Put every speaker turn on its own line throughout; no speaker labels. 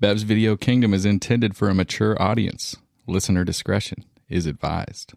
Bev's Video Kingdom is intended for a mature audience. Listener discretion is advised.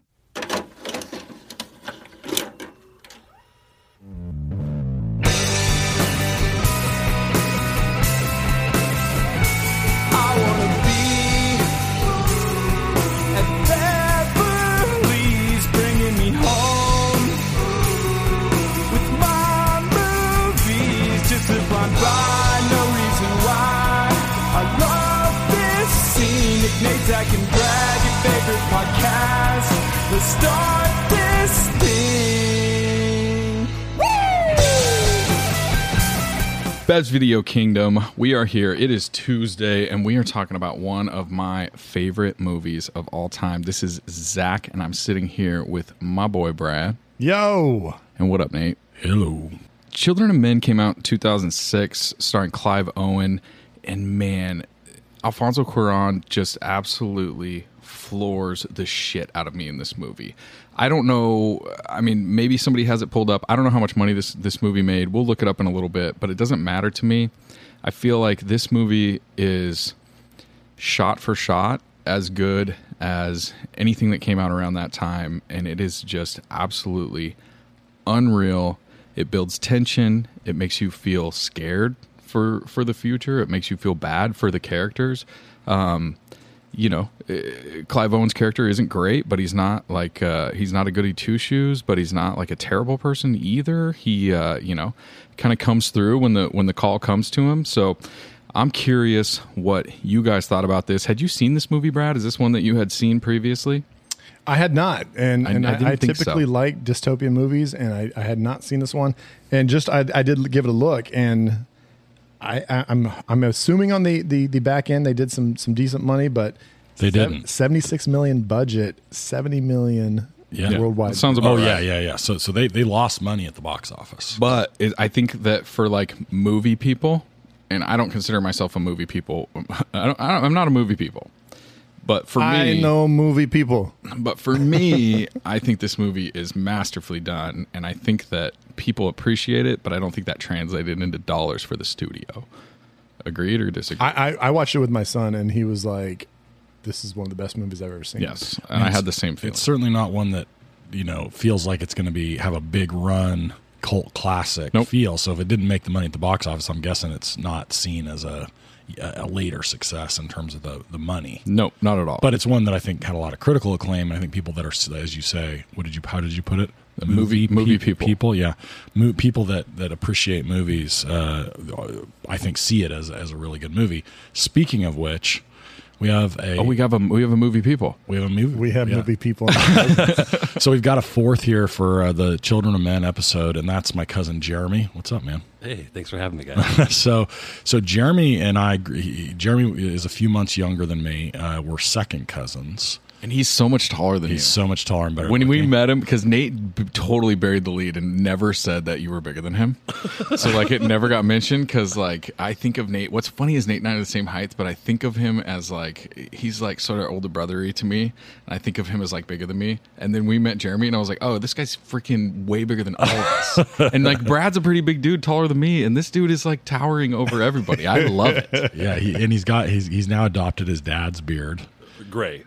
Nate can Brad, your favorite podcast. Let's start this thing.
Bev's Video Kingdom, we are here. It is Tuesday, and we are talking about one of my favorite movies of all time. This is Zach, and I'm sitting here with my boy Brad.
Yo.
And what up, Nate?
Hello.
Children of Men came out in 2006, starring Clive Owen. And man, Alfonso Cuaron just absolutely floors the shit out of me in this movie. I don't know. I mean, maybe somebody has it pulled up. I don't know how much money this this movie made. We'll look it up in a little bit, but it doesn't matter to me. I feel like this movie is shot for shot as good as anything that came out around that time and it is just absolutely unreal. It builds tension, it makes you feel scared for for the future. It makes you feel bad for the characters. Um, you know, eh, Clive Owen's character isn't great, but he's not like uh, he's not a goody two shoes, but he's not like a terrible person either. He uh, you know kind of comes through when the when the call comes to him. So. I'm curious what you guys thought about this. Had you seen this movie, Brad? Is this one that you had seen previously?
I had not, and I, and I, I, I typically so. like dystopian movies, and I, had not seen this one. And just I, I did give it a look, and I, am I'm, I'm assuming on the, the the back end they did some some decent money, but
they didn't.
Seventy six million budget, seventy million yeah. worldwide. That
sounds about
oh
right.
yeah yeah yeah. So so they they lost money at the box office.
But it, I think that for like movie people, and I don't consider myself a movie people. I don't, I am not a movie people. But for me, I
know movie people.
But for me, I think this movie is masterfully done, and I think that people appreciate it, but I don't think that translated into dollars for the studio. Agreed or disagree?
I, I, I, watched it with my son, and he was like, "This is one of the best movies I've ever seen."
Yes, and, and I had the same feeling.
It's certainly not one that you know feels like it's going to be have a big run cult classic nope. feel. So if it didn't make the money at the box office, I'm guessing it's not seen as a a later success in terms of the the money.
No, not at all.
But it's one that I think had a lot of critical acclaim. I think people that are, as you say, what did you? How did you put it?
The movie movie pe- people.
people, yeah, Mo- people that that appreciate movies. Uh, I think see it as as a really good movie. Speaking of which. We have a
oh, we have a we have a movie people.
We have a movie.
We have yeah. movie people.
so we've got a fourth here for uh, the Children of Men episode, and that's my cousin Jeremy. What's up, man?
Hey, thanks for having me, guys.
so, so Jeremy and I, he, Jeremy is a few months younger than me. Uh, we're second cousins.
And he's so much taller than
he's you. so much taller and better.
When we me. met him, because Nate b- totally buried the lead and never said that you were bigger than him, so like it never got mentioned. Because like I think of Nate. What's funny is Nate and I are the same height, but I think of him as like he's like sort of older brothery to me, and I think of him as like bigger than me. And then we met Jeremy, and I was like, oh, this guy's freaking way bigger than all of us. and like Brad's a pretty big dude, taller than me, and this dude is like towering over everybody. I love it.
Yeah, he, and he's got he's he's now adopted his dad's beard.
Gray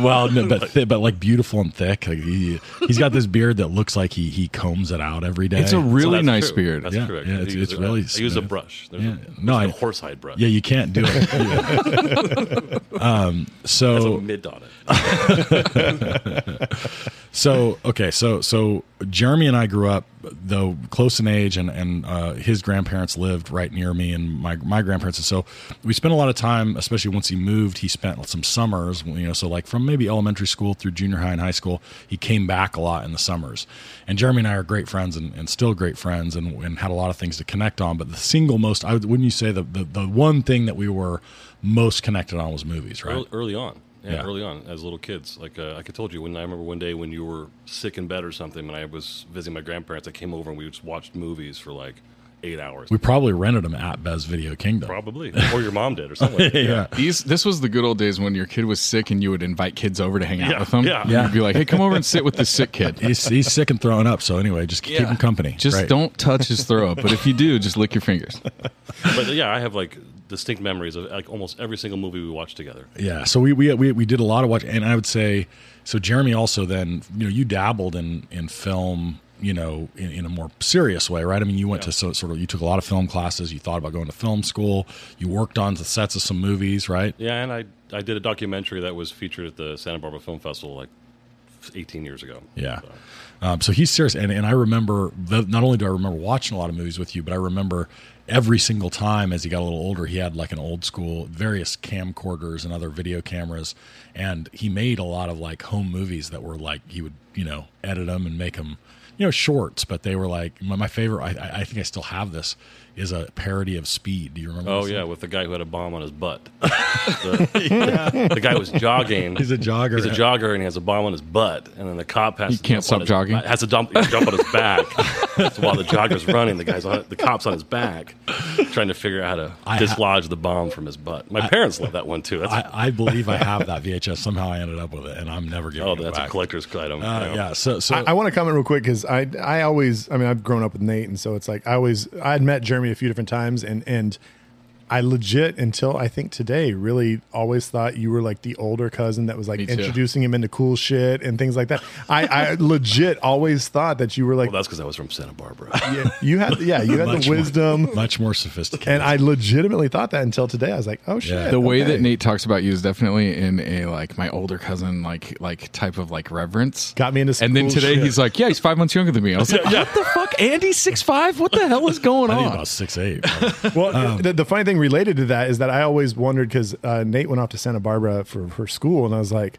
well, no, but th- but like beautiful and thick. Like he, has got this beard that looks like he he combs it out every day.
It's a really so nice
true.
beard.
That's
yeah,
correct.
Yeah, it's, it's
a,
really.
I use a brush. There's yeah. a, no, a horsehide brush.
Yeah, you can't do it. um, so
That's a mid on it.
so okay, so so Jeremy and I grew up though close in age, and and uh, his grandparents lived right near me and my my grandparents. And so we spent a lot of time, especially once he moved. He spent some summers, you know, so like from maybe elementary school through junior high and high school, he came back a lot in the summers. And Jeremy and I are great friends and, and still great friends and, and, had a lot of things to connect on. But the single most, I would, wouldn't you say the, the, the one thing that we were most connected on was movies, right?
Early, early on. Yeah, yeah, early on as little kids. Like, uh, like I told you, when I remember one day when you were sick in bed or something and I was visiting my grandparents, I came over and we just watched movies for like eight hours.
We probably rented them at Bez Video Kingdom.
Probably. Or your mom did or something. Like
yeah.
These, this was the good old days when your kid was sick and you would invite kids over to hang out
Yeah,
with them.
yeah.
And You'd be like, hey, come over and sit with this sick kid.
He's, he's sick and throwing up. So anyway, just keep
Yeah.
him company.
Just
Right.
don't touch his throw up. But if you do, just lick your fingers.
But uh, yeah, I have like distinct memories of like almost every single movie we watched together.
Yeah, so we we we, we did a lot of watch, and I would say so. Jeremy also then you know you dabbled in in film. You know, in, in a more serious way, right? I mean, you went to so, sort of you took a lot of film classes. You thought about going to film school. You worked on the sets of some movies, right?
Yeah, and I I did a documentary that was featured at the Santa Barbara Film Festival like 18 years ago.
Yeah. Um, so he's serious, and and I remember the, not only do I remember watching a lot of movies with you, but I remember every single time as he got a little older, he had like an old school various camcorders and other video cameras, and he made a lot of like home movies that were like he would you know edit them and make them you know shorts, but they were like my, my favorite. I, I think I still have this is a parody of Speed. Do you remember?
Oh
this
yeah,
thing?
with the guy who had a bomb on his butt. the, the guy was jogging.
He's a jogger.
He's a jogger and he has a bomb on his butt, and then the cop has
He
to
can't
jump on
stop
his-
jogging?
Has to dump, jump on his back. so while the jogger's running, the guy's on the cop's on his back, trying to figure out how to
I ha-
dislodge the bomb from his butt. My parents love that one too. That's,
I, I believe I have that VHS. Somehow I ended up with it, and I'm never giving
oh,
it
that's
back.
a collector's item.
Uh, yeah. So so
I, I want to comment real quick because I I always I mean I've grown up with Nate and so it's like I always I had met Jeremy a few different times and and I legit until I think today really always thought you were like the older cousin that was like
Me too.
introducing him into cool shit and things like that. I, I legit always thought that you were like
Well, that's because I was from Santa Barbara.
yeah, you had yeah you had
Much
the
more-
wisdom
much more sophisticated.
and I legitimately thought that until today. I was like oh shit
Yeah.
the way
okay.
that Nate talks about you is definitely in a like my older cousin like like type of like reverence.
Got me into some
And then
cool
today
shit.
he's like, yeah, he's five months younger than me. I was like, what the fuck, Andy, six five? What the hell is going
I think
on?
about six eight.
Well,
Oh.
the, the funny thing related to that is that I always wondered because uh, Nate went off to Santa Barbara for her school, and I was like,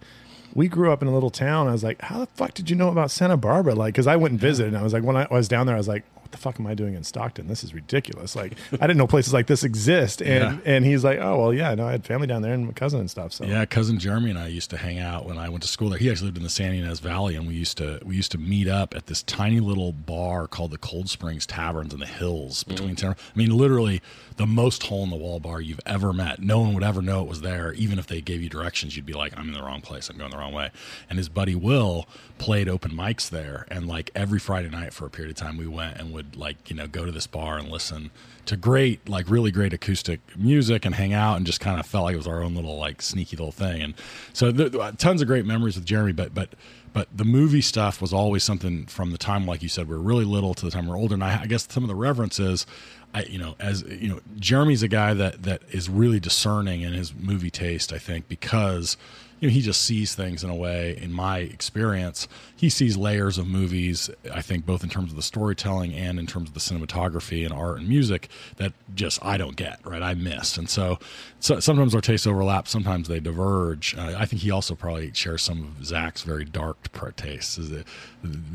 we grew up in a little town. I was like, how the fuck did you know about Santa Barbara? Like, because I went and visited, and I was like, when I was down there, I was like, what the fuck am I doing in Stockton? This is ridiculous. Like, I didn't know places like this exist. And and he's like, oh well, yeah, no, I had family down there and my cousin and stuff. So
Yeah, cousin Jeremy and I used to hang out when I went to school there. He actually lived in the San Ynez Valley, and we used to we used to meet up at this tiny little bar called the Cold Springs Taverns in the hills between. San- I mean, literally the most hole in the wall bar you've ever met. No one would ever know it was there, even if they gave you directions. You'd be like, "I'm in the wrong place. I'm going the wrong way." And his buddy Will played open mics there, and like every Friday night for a period of time, we went and would like you know go to this bar and listen to great, like really great acoustic music and hang out and just kind of felt like it was our own little like sneaky little thing. And so there, there- tons of great memories with Jeremy, but but but the movie stuff was always something from the time, like you said, we are really little to the time we we're older. And I, I guess some of the reverence is. I, you know, as you know, Jeremy's a guy that that is really discerning in his movie taste. I think because you know he just sees things in a way. In my experience, he sees layers of movies. I think both in terms of the storytelling and in terms of the cinematography and art and music that just I don't get. Right, I miss. And so, so sometimes our tastes overlap. Sometimes they diverge. Uh, I think he also probably shares some of Zach's very dark pr- tastes. Is it,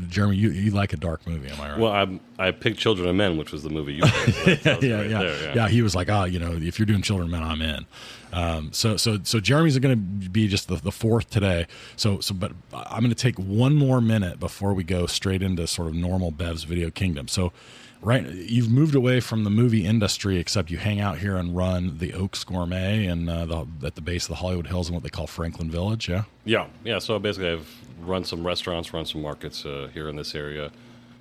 Jeremy? You you like a dark movie? Am I right?
Well, I'm, I picked Children of Men, which was the movie you picked. That was
yeah,
right
yeah.
there,
yeah. He was like, oh, you know, if you're doing children, man, I'm in. Um, so, so, so Jeremy's going to be just the, the fourth today. So, so, but I'm going to take one more minute before we go straight into sort of normal Bev's video kingdom. So, right, you've moved away from the movie industry, except you hang out here and run the Oaks Gourmet and uh, the, at the base of the Hollywood Hills and what they call Franklin Village. Yeah.
Yeah, yeah. So basically, I've run some restaurants, run some markets uh, here in this area,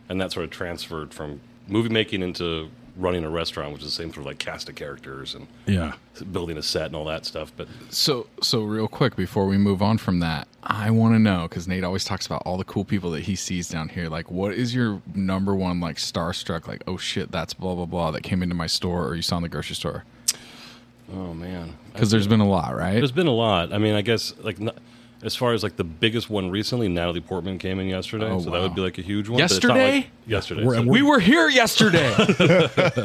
and that sort of transferred from movie making into running a restaurant, which is the same sort of like cast of characters and
Yeah.
building a set and all that stuff. But
So, so real quick before we move on from that, I want to know because Nate always talks about all the cool people that he sees down here. Like, what is your number one like starstruck? Like, oh shit, that's blah blah blah that came into my store or you saw in the grocery store?
oh man,
Because there's been a lot, right?
there's been a lot. I mean, I guess like n as far as like the biggest one recently, Natalie Portman came in yesterday,
Oh,
so that
wow.
would be like a huge one. but it's not,
Yesterday?
like- yesterday.
We're-
so-
We were here yesterday.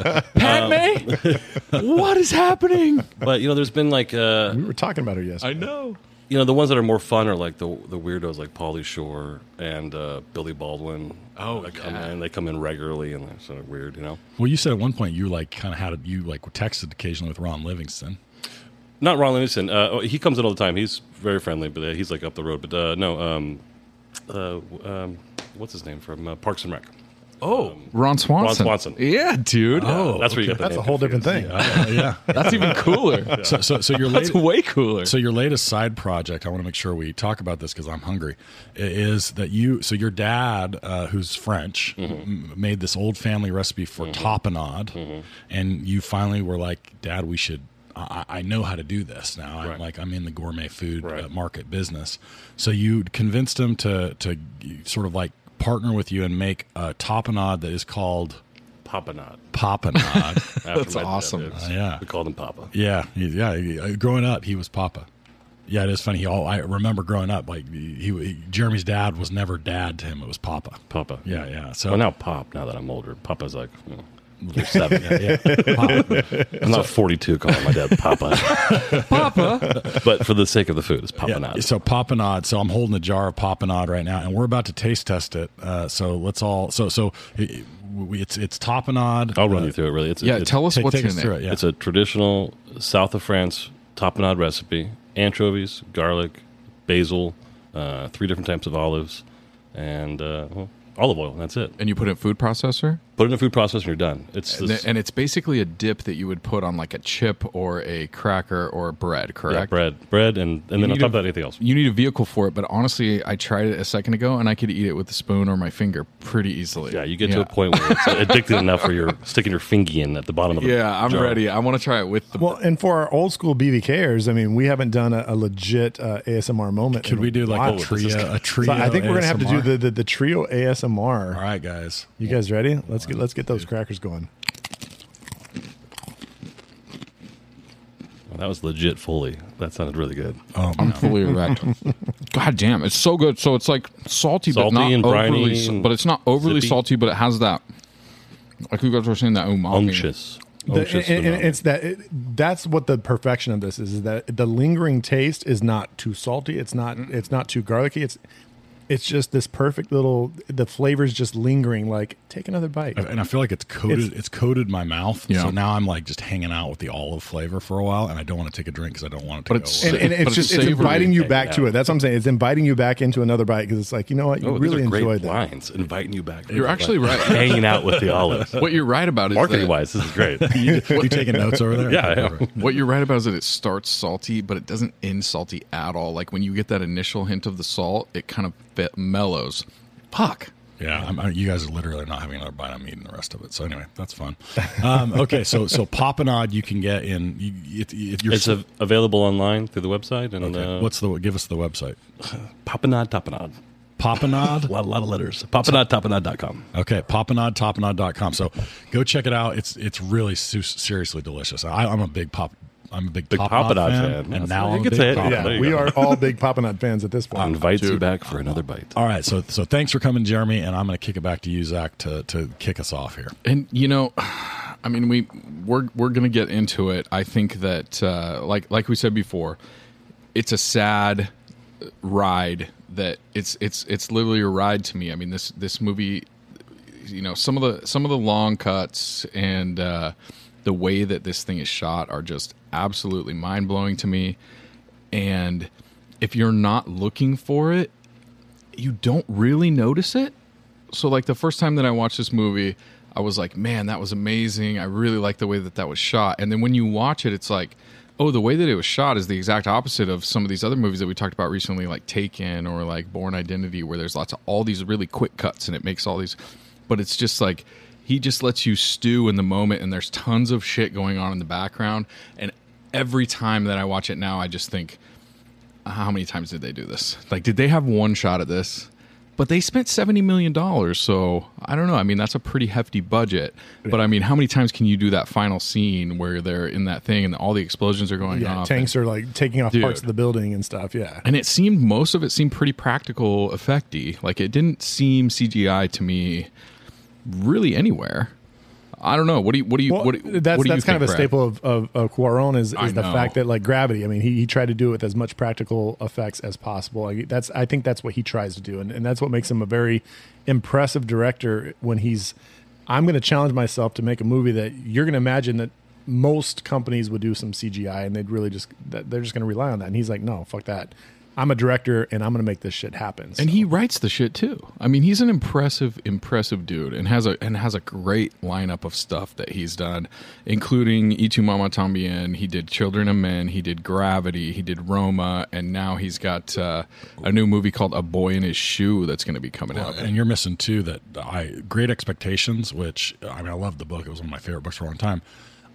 Padme,
Um,
what is happening?
but you know, there's been like uh,
we were talking about her yesterday.
know.
you know the ones that are more fun are like the the weirdos like Pauly Shore and uh, Billy Baldwin.
Oh,
They come
yeah.
in. They come in regularly, and they're sort of weird, you know.
Well, you said at one point you like kind of had a, you like texted occasionally with Ron Livingston.
Not Ron Livingston. Uh, oh, he comes in all the time. He's very friendly, but uh, he's like up the road. But uh, no, um, uh, w- um, what's his name from uh, Parks and Rec?
Oh, Ron Swanson.
Swanson.
Yeah, dude.
Oh,
That's where you got the
That's a
name
whole
confused.
different thing.
Uh, yeah.
that's even cooler.
So, so, so your
That's
latest,
way cooler.
So your latest side project, I want to make sure we talk about this because I'm hungry. i- Is that you? So your dad, uh, who's French,
Mm-hmm.
m-
Mm-hmm.
made this old family recipe for tapenade, and you finally were like, "Dad, we should I, I know how to do this now. I'm
Right.
like I'm in the gourmet food
Right.
uh, market business. So you convinced him to to g- sort of like partner with you and make a tapenade that is called
Papanod.
papanade.
After
That's
my dad
awesome.
did.
Uh, yeah.
We called him Papa.
yeah, he- yeah. he- uh, Growing up, he was Papa. Yeah, it is funny. He all I remember growing up, like he, he Jeremy's dad was never dad to him. It was Papa.
Papa.
Yeah, yeah. So
Well, now Pop, now that I'm older. Papa's like, mm, little seven.
yeah, Papa.
I'm not 42 calling my dad Papa. Papa? But for the sake of the food, it's Papa
Yeah,
not.
So papanade. So I'm holding a jar of papanade right now, and we're about to taste test it. Uh, so let's all. So so it, it's it's tapenade.
I'll run
Uh,
you through it, really. It's,
Yeah,
it's,
tell us
take-
what's
take us
in
through
it.
it. Yeah.
It's a traditional south of France tapenade recipe: anchovies, garlic, basil, uh, three different types of olives, and uh, well, olive oil. and That's it.
And you put it in food processor,
Put it in a food processor, and you're done. It's
and,
this
th- and it's basically a dip that you would put on like a chip or a cracker or bread.
yeah,
Correct.
bread, bread, and and then on
need a-
top of that, anything else.
You need a vehicle for it, but honestly, I tried it a second ago, and I could eat it with a spoon or my finger pretty easily.
Yeah, you get to a point where it's addictive enough where you're sticking your finger in at the bottom of the
Yeah, I'm
jar.
ready. I want to try it with the.
Well, and for our old school BVKers, I mean, we haven't done a, a legit uh, ASMR moment.
Could
in
we do like
while.
a trio? A trio
So I think we're gonna have to do
ASMR?
the, the, the trio ASMR.
All right, guys.
You guys ready? Let's get let's get those crackers going.
Well, that was legit fully. That sounded really good.
Oh,
I'm
man.
fully erect. God damn, it's so good. So it's like salty,
Salty
but not
and briny
overly, sa-
and
but it's not overly
zippy.
salty, but it has that. Like you guys were saying, that umami.
Unctuous.
Oh,
The-
Unctuous
and, and
phenomenon.
it's that it, that's what the perfection of this is, is that the lingering taste is not too salty. It's not
Mm.
it's not too garlicky. It's it's just this perfect little the flavors just lingering. Like take another bite.
and I feel like it's coated. It's,
It's-
coated my mouth.
Yeah.
So now I'm like just hanging out with the olive flavor for a while, and I don't want to take a drink because I don't want it to.
But
go
it's-
and,
away.
and
But
it's
it's
just it's
savory.
inviting you
Yeah,
back to
yeah.
it. That's what I'm saying. It's inviting you back into another bite because it's like you know what you
Oh, these
really
are great
enjoyed that.
lines inviting you back.
You're actually right.
Hanging out with the olives.
What you're right about is
Marketing
that-
wise, this is great.
you, you taking notes over there?
Yeah, I am.
Perfect.
What you're right about is that it starts salty, but it doesn't end salty at all. Like when you get that initial hint of the salt, it kind of fe- mellows. Fuck.
Yeah, I'm, I, you guys are literally not having another bite. I'm eating the rest of it. So anyway, that's fun. Um, okay, so so papanade you can get in. You, if, if you're
It's av- available online through the website and
Okay,
uh,
what's the give us the website?
Papanod Tapanod. A
Papanade.
lot, a lot of letters. Papanodtapanod.com.
Okay, papanade, tapanade.com. So go check it out. It's it's really su- seriously delicious. I, I'm a big pop. I'm a big,
Big
papanade,
Papanade
fan,
fan.
and
That's
now
right.
I'm
You
a
can
big
say it.
Papanade
There
Yeah,
you
we
go.
are all big Papa Nut fans at this point.
Invites you back for another bite.
All right, so so thanks for coming, Jeremy, and I'm going to kick it back to you, Zach, to to kick us off here.
And you know, I mean, we we're we're gonna get into it. I think that uh, like like we said before, it's a sad ride. That it's it's it's literally a ride to me. I mean this this movie, you know, some of the some of the long cuts and uh, the way that this thing is shot are just absolutely mind blowing to me. And if you're not looking for it, you don't really notice it so like the first time that I watched this movie, I was like, man, that was amazing. I really like the way that that was shot. And then when you watch it, it's like, oh, the way that it was shot is the exact opposite of some of these other movies that we talked about recently, like Taken or like Born Identity, where there's lots of all these really quick cuts and it makes all these. But it's just like he just lets you stew in the moment, and there's tons of shit going on in the background. And every time that I watch it now, I just think, how many times did they do this? Like, did they have one shot at this? But they spent seventy million dollars, so I don't know. I mean, that's a pretty hefty budget. But I mean, how many times can you do that final scene where they're in that thing and all the explosions are going
yeah,
off?
tanks are like taking off parts
Dude.
of the building and stuff. Yeah,
and it seemed most of it seemed pretty practical, effecty. Like it didn't seem CGI to me, really anywhere. I don't know. What do you? What do you?
well,
what, do-
that's
what do you
that's kind of a
think, Brad?
staple of, of, of Cuaron is,
I
is the
know.
fact that like gravity. I mean, he, he tried to do it with as much practical effects as possible. Like, that's I think that's what he tries to do, and, and that's what makes him a very impressive director when he's. I'm going to challenge myself to make a movie that you're going to imagine that most companies would do some CGI, and they'd really just that they're just going to rely on that. And he's like, no, fuck that. I'm a director, and I'm going to make this shit happen. So-
And he writes the shit too. I mean, he's an impressive, impressive dude, and has a and has a great lineup of stuff that he's done, including Itu Mama Tambien. He did Children of Men. He did Gravity. He did Roma, and now he's got uh, a new movie called A Boy in His Shoe that's going to be coming out.
And you're missing too that I Great Expectations, which I mean I love the book. It was one of my favorite books for a long time.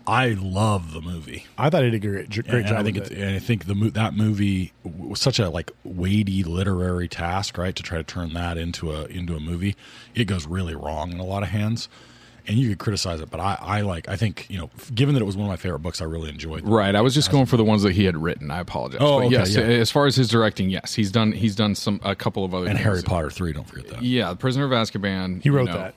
I love the movie.
I thought he did a great, great
And- and
job.
I think
with
it's-
it.
and I think the mo- that movie w- was such a like weighty literary task, right? To try to turn that into a into a movie, it goes really wrong in a lot of hands. And you could criticize it, but I, I like. I think you know, f- given that it was one of my favorite books, I really enjoyed. it.
Right. I was just going for the ones that he had written. I apologize.
Oh,
But
okay,
yes.
yeah.
As far as his directing, yes, he's done. He's done some a couple of other
And
things.
Harry Potter three, don't forget that.
Yeah, The Prisoner of Azkaban.
he
you
wrote
know.
that.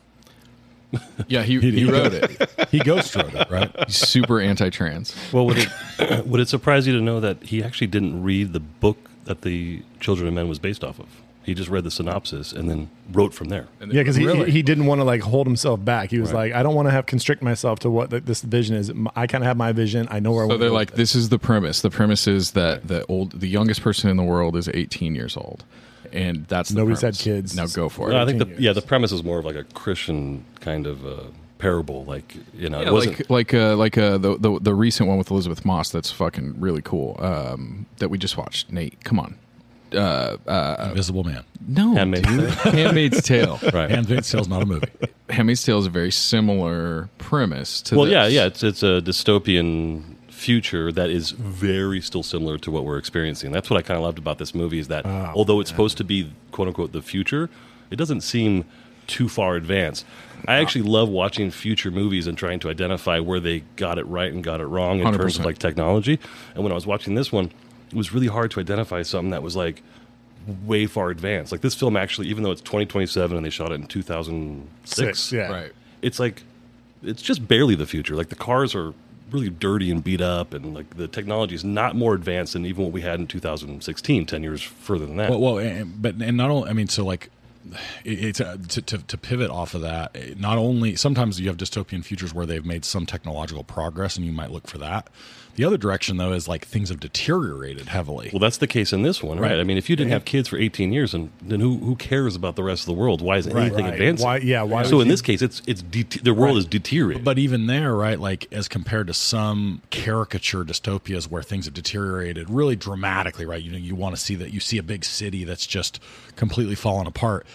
Yeah, he, he wrote it.
He ghost wrote it, right?
He's super anti-trans.
Well, would it would it surprise you to know that he actually didn't read the book that the Children of Men was based off of? He just read the synopsis and then wrote from there.
Yeah, because he,
Really?
he didn't want to like hold himself back. He was like, I don't want to have constrict myself to what th- this vision is. M- I kind of have my vision. I know where
So
I want.
they're like, this is the premise. The premise is that the old, the youngest person in the world is 18 years old, and that's the
Nobody's had
premise.
kids.
Now go for
No, I
it.
think the,
13
yeah, the premise is more of like a Christian kind of uh, parable. Like you know,
Yeah,
it wasn't
like like uh, like uh, the, the the recent one with Elizabeth Moss. That's fucking really cool. Um, that we just watched. Nate, come on.
Uh,
Invisible Man
No,
Handmaid's
dude. Handmaid's Tale.
right.
and Vince Tale's not a movie.
Handmaid's Tale is a very similar premise to.
well,
this.
yeah, yeah, it's it's a dystopian future that is very still similar to what we're experiencing. That's what I kind of loved about this movie is that although it's supposed to be quote unquote the future, it doesn't seem too far advanced. I actually love watching future movies and trying to identify where they got it right and got it wrong in terms
100%.
of like technology. And when I was watching this one, it was really hard to identify something that was like way far advanced. Like this film actually, even though it's 2027 and they shot it in 2006,
Six, yeah.
Right.
it's like it's just barely the future. Like the cars are really dirty and beat up, and like the technology is not more advanced than even what we had in 2016, 10 years further than that.
Well, well, and, but and not only I mean, so like it, it's uh, to, to to pivot off of that. it- Not only sometimes you have dystopian futures where they've made some technological progress, and you might look for that. The other direction though is like things have deteriorated heavily.
well, that's the case in this one, right? I mean, if you didn't have kids for 18 years, and then who who cares about the rest of the world? Why is anything
right.
advancing?
Why- yeah, why
So
would
in
you-
this case, it's it's det- the world is deteriorating.
but even there, right? Like as compared to some caricature dystopias where things have deteriorated really dramatically, right? You know, you want to see that you see a big city that's just completely fallen apart.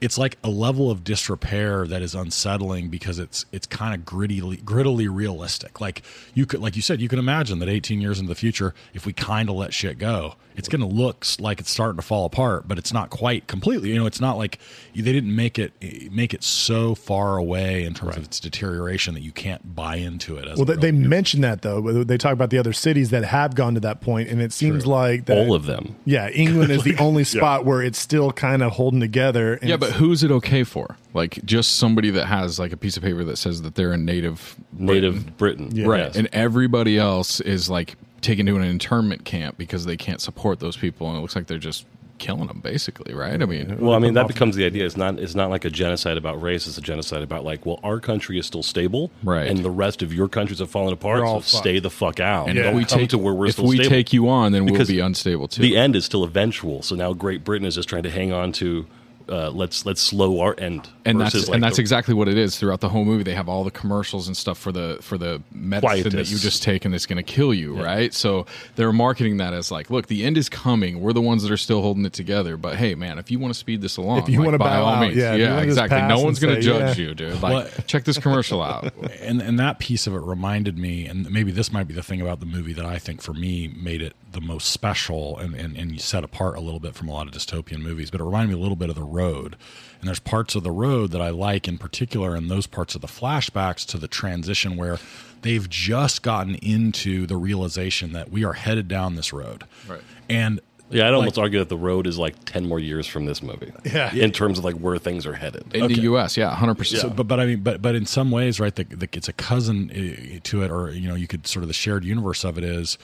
It's like a level of disrepair that is unsettling because it's it's kind of grittily grittily realistic. Like you could, like you said, you can imagine that 18 years into the future, if we kind of let shit go, it's going to look s- like it's starting to fall apart, but it's not quite completely. You know, it's not like they didn't make it make it so far away in terms of its deterioration that you can't buy into it. As
Well,
a
they,
real-
they mentioned that though. but They talk about the other cities that have gone to that point, and it seems like that,
all of them.
Yeah, England is the only spot where it's still kind of holding together. And
Yeah, but
it's-
who's it okay for? Like just somebody that has like a piece of paper that says that they're a native
Native Britain,
right,
Yes.
and everybody else is like taken to an internment camp because they can't support those people, and it looks like they're just killing them basically, right? I mean,
Well, I mean, that becomes the idea. It's not. It's not like a genocide about race. It's a genocide about like, well, our country is still stable,
Right.
And the rest of your countries have fallen apart.
We're
So
all fucked.
stay the fuck out.
and if
Don't
we
come
take
to where we're
if
still
we
stable.
take you on, then we'll
Because
be unstable too.
the end is still eventual. So now Great Britain is just trying to hang on to. Uh, let's let's slow our end.
and that's
versus, like,
and that's
the-
exactly what it is throughout the whole movie. They have all the commercials and stuff for the for the medicine that
Quietists.
you just take and it's going to kill you, right? So they're marketing that as like, look, the end is coming. We're the ones that are still holding it together. But hey, man, if you want to speed this along,
If you
like,
wanna
by
bow
all
out,
means,
yeah, if you wanna just
exactly.
pass
No one's
and
going to
say,
judge
yeah.
you, dude. Like,
What-
check this commercial out.
and and that piece of it reminded me, and maybe this might be the thing about the movie that I think for me made it the most special and and, and set apart a little bit from a lot of dystopian movies. But it reminded me a little bit of the road, and there's parts of the road that I like in particular, and those parts of the flashbacks to the transition where they've just gotten into the realization that we are headed down this road,
Right.
And
yeah. I'd almost argue that the road is like ten more years from this movie.
Yeah.
in terms of like where things are headed.
In the U.S., yeah, hundred percent.
but but I mean, but but in some ways, right? The, the, it's a cousin uh, to it, or you know, you could sort of the shared universe of it is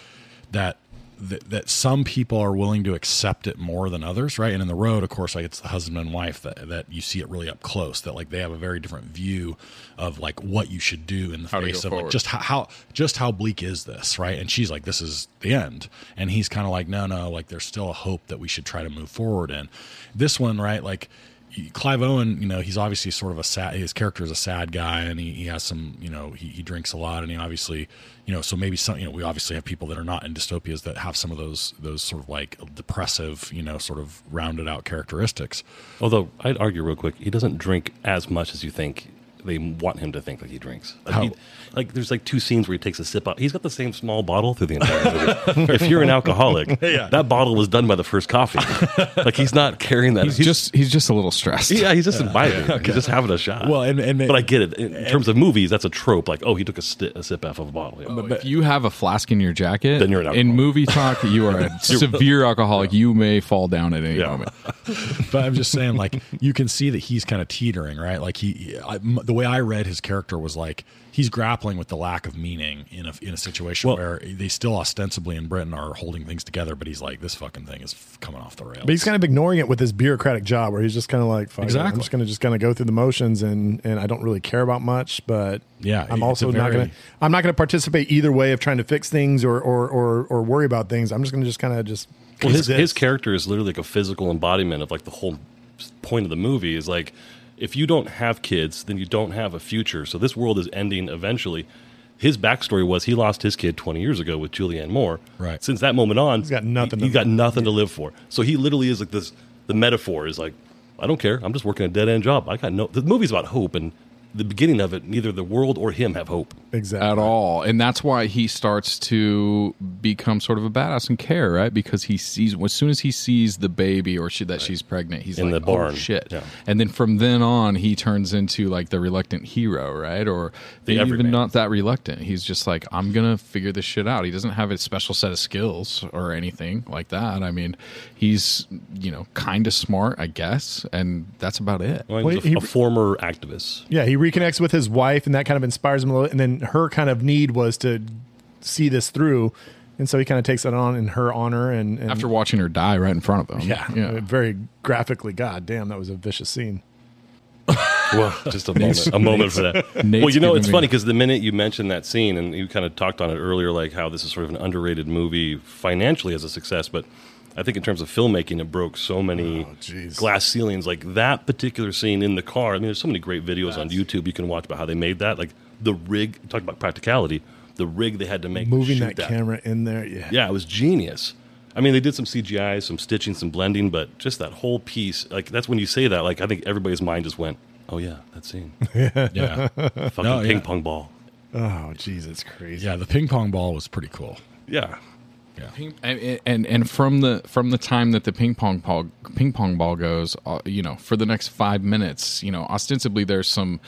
that. That, that some people are willing to accept it more than others, right? And in the road, of course, like it's the husband and wife that, that you see it really up close. That like they have a very different view of like what you should do in the
to
face
go
of like
forward.
just how, how just how bleak is this, right? And she's like, "This is the end," and he's kind of like, "No, no, like there's still a hope that we should try to move forward in." This one, right? Like Clive Owen, you know, he's obviously sort of a sad, his character is a sad guy and he, he has some, you know, he, he drinks a lot and he obviously, you know, so maybe some, you know, we obviously have people that are not in dystopias that have some of those, those sort of like depressive, you know, sort of rounded out characteristics.
Although I'd argue real quick, he doesn't drink as much as you think. they want him to think that he drinks. Like, he- like, there's like two scenes where he takes a sip out. He's got the same small bottle through the entire movie. if you're an alcoholic, that bottle was done by the first coffee. like he's not carrying that.
He's, just he's just a little stressed.
yeah, he's just imbibing. He's just having a shot.
Well, and- and-
but I get it. In terms of movies, that's a trope. Like, oh, he took a, sti a sip off of a bottle. Yeah.
if you have a flask in your jacket,
Then you're an
in
alcoholic.
movie talk, you are a severe alcoholic. You may fall down at any
Yeah.
moment.
but I'm just saying, like, you can see that he's kind of teetering, right? Like, he, I m the way I read his character was like he's grappling with the lack of meaning in a in a situation where they still ostensibly in Britain are holding things together, but he's like, this fucking thing is f- coming off the rails.
But he's kind of ignoring it with his bureaucratic job, where he's just kind of like, Fuck it, I'm
Exactly.
just going to just kind of go through the motions, and and I don't really care about much. But
Yeah,
I'm
it's
also
a
not
very-
going to I'm not going to participate either way of trying to fix things or or or, or worry about things. I'm just going to just kind of just.
Well, his,
exist.
his character is literally like a physical embodiment of like the whole point of the movie is like if you don't have kids, then you don't have a future. So this world is ending eventually. His backstory was he lost his kid 20 years ago with Julianne Moore.
Right.
Since that moment on, he's
got nothing to
He, has got nothing to live for. So he literally is like this. The metaphor is like, I don't care. I'm just working a dead end job. I got no. The movie's about hope, and the beginning of it, neither the world or him have hope.
exactly.
at all. And that's why he starts to become sort of a badass and care, right? Because he sees as soon as he sees the baby or she, that she's pregnant, he's
In
like,
the barn.
"Oh shit!"
Yeah.
And then from then on, he turns into like the reluctant hero, right? Or
The
even
everyman.
not that reluctant. He's just like, "I'm gonna figure this shit out." He doesn't have a special set of skills or anything like that. I mean, he's you know kind of smart, I guess, and that's about it.
Well,
Well,
he's a,
he-
a former activist.
Yeah, he reconnects with his wife, and that kind of inspires him a little. And then her kind of need was to see this through, and so he kind of takes that on in her honor. And, and
After watching her die right in front of him,
yeah, very graphically. God damn, that was a vicious scene.
Well, just a moment, a moment for that.
Nate's
well, you know,
giving
it's
me-
funny because the minute you mentioned that scene, and you kind of talked on it earlier, like how this is sort of an underrated movie financially as a success, but I think in terms of filmmaking, it broke so many
Oh,
glass ceilings. Like that particular scene in the car. I mean, there's so many great videos on YouTube you can watch about how they made that. Like the rig, talk about practicality, the rig they had to make to
Moving
shoot
that, camera in there, yeah.
yeah, it was genius. I mean, they did some CGI, some stitching, some blending, but just that whole piece, like that's when you say that, like I think everybody's mind just went, "Oh yeah, that scene,
yeah,
fucking
No, yeah.
ping pong ball."
Oh, jeez, it's crazy.
yeah. The ping pong ball was pretty cool.
Yeah,
Ping- and, and and from the from the time that the ping pong ball ping pong ball goes, uh, you know, for the next five minutes, you know, ostensibly there's some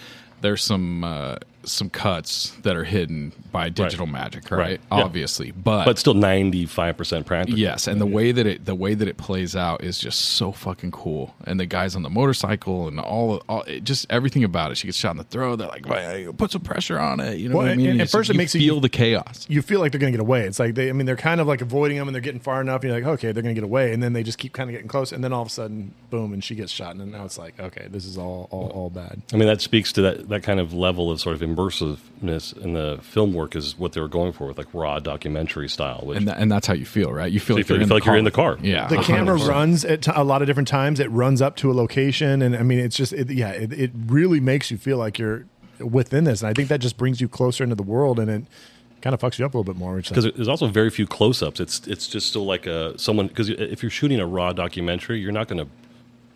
there's some uh, some cuts that are hidden by digital magic, right?
Right. Yeah.
Obviously, but,
but still ninety five percent practical.
yes, and the way that it the way that it plays out is just so fucking cool. And the guys on the motorcycle and all, all it, just everything about it. She gets shot in the throat. They're like, "Well, put some pressure on it. You know
Well,
what I mean?
and- and
It's
at first
like
it
you
makes you-
e
feel the chaos.
You feel like they're going to get away. It's like they, I mean, they're kind of like avoiding them, and they're getting far enough. And you're like, okay, they're going to get away, and then they just keep kind of getting close, and then all of a sudden, boom, and she gets shot, and now it's like, okay, this is all all, all bad.
I mean, that speaks to that, that kind of level of sort of immersiveness in the film work is what they were going for with like raw documentary style. Which
And, tha- and that's how you feel, right? You feel
So you
like,
feel-
you're,
you
in
feel like you're in the car.
Yeah, Uh-huh.
the camera
100%.
runs at t- a lot of different times. It runs up to a location, and I mean, it's just it, yeah, it, it really makes you feel like you're within this, and I think that just brings you closer into the world, and it kind of fucks you up a little bit more. Which
because there's also very few close-ups. It's it's just still like a someone because if you're shooting a raw documentary, you're not going to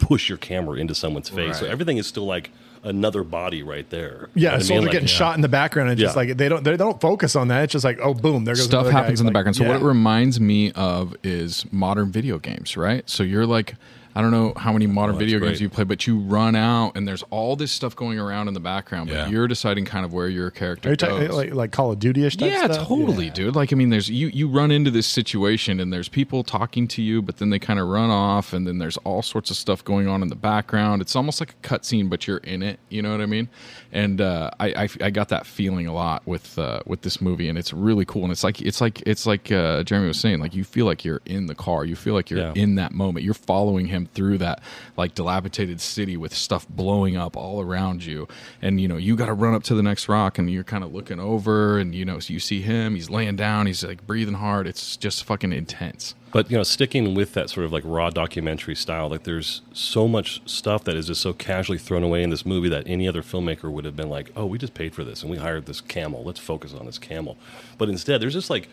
push your camera into someone's face. So
Right.
everything is still like another body right there. You know
yeah,
what I
a
mean?
soldier
Like,
getting shot in the background, and just
Yeah.
like they don't they don't focus on that. It's just like oh, boom, there goes
stuff
another guy.
happens in the
Like,
background. So what it
yeah.
reminds me of is modern video games, right? So you're like, I don't know how many
Oh,
modern video games
great.
you play, but you run out and there's all this stuff going around in the background, but
Yeah.
you're deciding kind of where your character
Are you
goes.
talking like, like Call of Duty ish?
yeah,
stuff?
totally, dude. Like, I mean, there's you you run into this situation and there's people talking to you, but then they kind of run off, and then there's all sorts of stuff going on in the background. It's almost like a cutscene, but you're in it. You know what I mean? And uh, I, I I got that feeling a lot with uh, with this movie, and it's really cool. And it's like it's like it's like uh, Jeremy was saying, like you feel like you're in the car, you feel like you're
Yeah.
in that moment, you're following him through that like dilapidated city with stuff blowing up all around you, and you know you got to run up to the next rock, and you're kind of looking over, and you know so you see him, he's laying down, he's like breathing hard, it's just fucking intense.
But you know, sticking with that sort of like raw documentary style, like there's so much stuff that is just so casually thrown away in this movie that any other filmmaker would have been like, "Oh, we just paid for this and we hired this camel. Let's focus on this camel." But instead, there's just like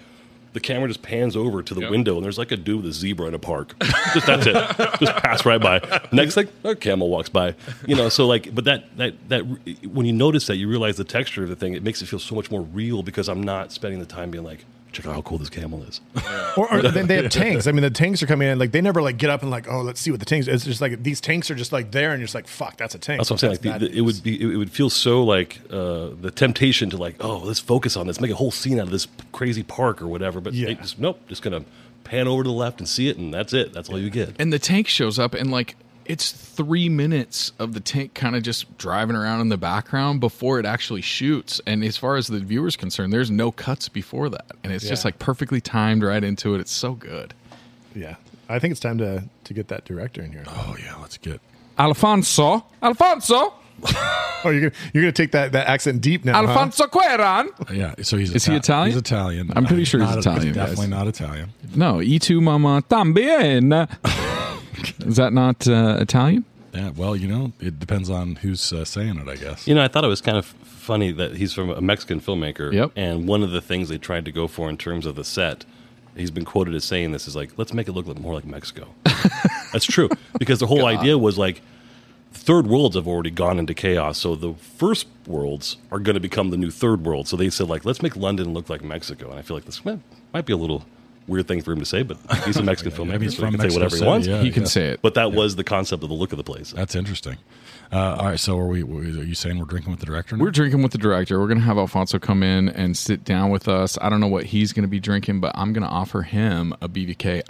the camera just pans over to the window, and there's like a dude with a zebra in a park. just that's it. Just pass right by. Next thing, a camel walks by. You know, so like, but that that that when you notice that, you realize the texture of the thing. It makes it feel so much more real because I'm not spending the time being like, check out how cool this camel is.
Or, or then they have tanks. I mean, the tanks are coming in. Like they never like get up and like, oh, let's see what the tanks. It's just like these tanks are just like there, and you're just like, fuck, that's a tank.
That's what I'm saying. Like the, the- it would be, it would feel so like uh, the temptation to like, oh, let's focus on this, make a whole scene out of this crazy park or whatever. But
Yeah.
they just, nope, just gonna pan over to the left and see it, and that's it. That's all you get.
and the tank shows up and like it's three minutes of the tank kind of just driving around in the background before it actually shoots and as far as the viewer's concerned there's no cuts before that and it's just
Yeah.
like perfectly timed right into it it's so good
yeah, I think it's time to to get that director in here. Oh,
Oh yeah, let's get.
alfonso alfonso
Oh, you're gonna, you're gonna take that that accent deep now. huh?
cueron
Yeah, so he's
Is he Italian?
He's Italian.
I'm pretty sure he's
Not-
Italian,
Definitely
guys.
not Italian.
no e2 mama tambien is that not uh, italian
Yeah, well, you know, it depends on who's uh, saying it, I guess.
You know, I thought it was kind of funny that he's from a Mexican filmmaker.
Yep.
And one of the things they tried to go for in terms of the set, he's been quoted as saying this is like, let's make it look more like Mexico. That's true. Because the whole idea was like, third worlds have already gone into chaos. So the first worlds are going to become the new third world. So they said, like, let's make London look like Mexico. And I feel like this might, might be a little weird thing for him to say, but he's a Mexican filmmaker.
Maybe he's
so
from
he can
Mexico
say whatever
City,
he wants.
yeah,
he can
yeah.
say it
Uh, But that was the concept of the look of the place.
That's interesting. Uh, all right, so are we? Are you saying we're drinking with the director? Now?
We're drinking with the director. We're going to have Alfonso come in and sit down with us. I don't know what he's going to be drinking, but I'm going to offer him a BBK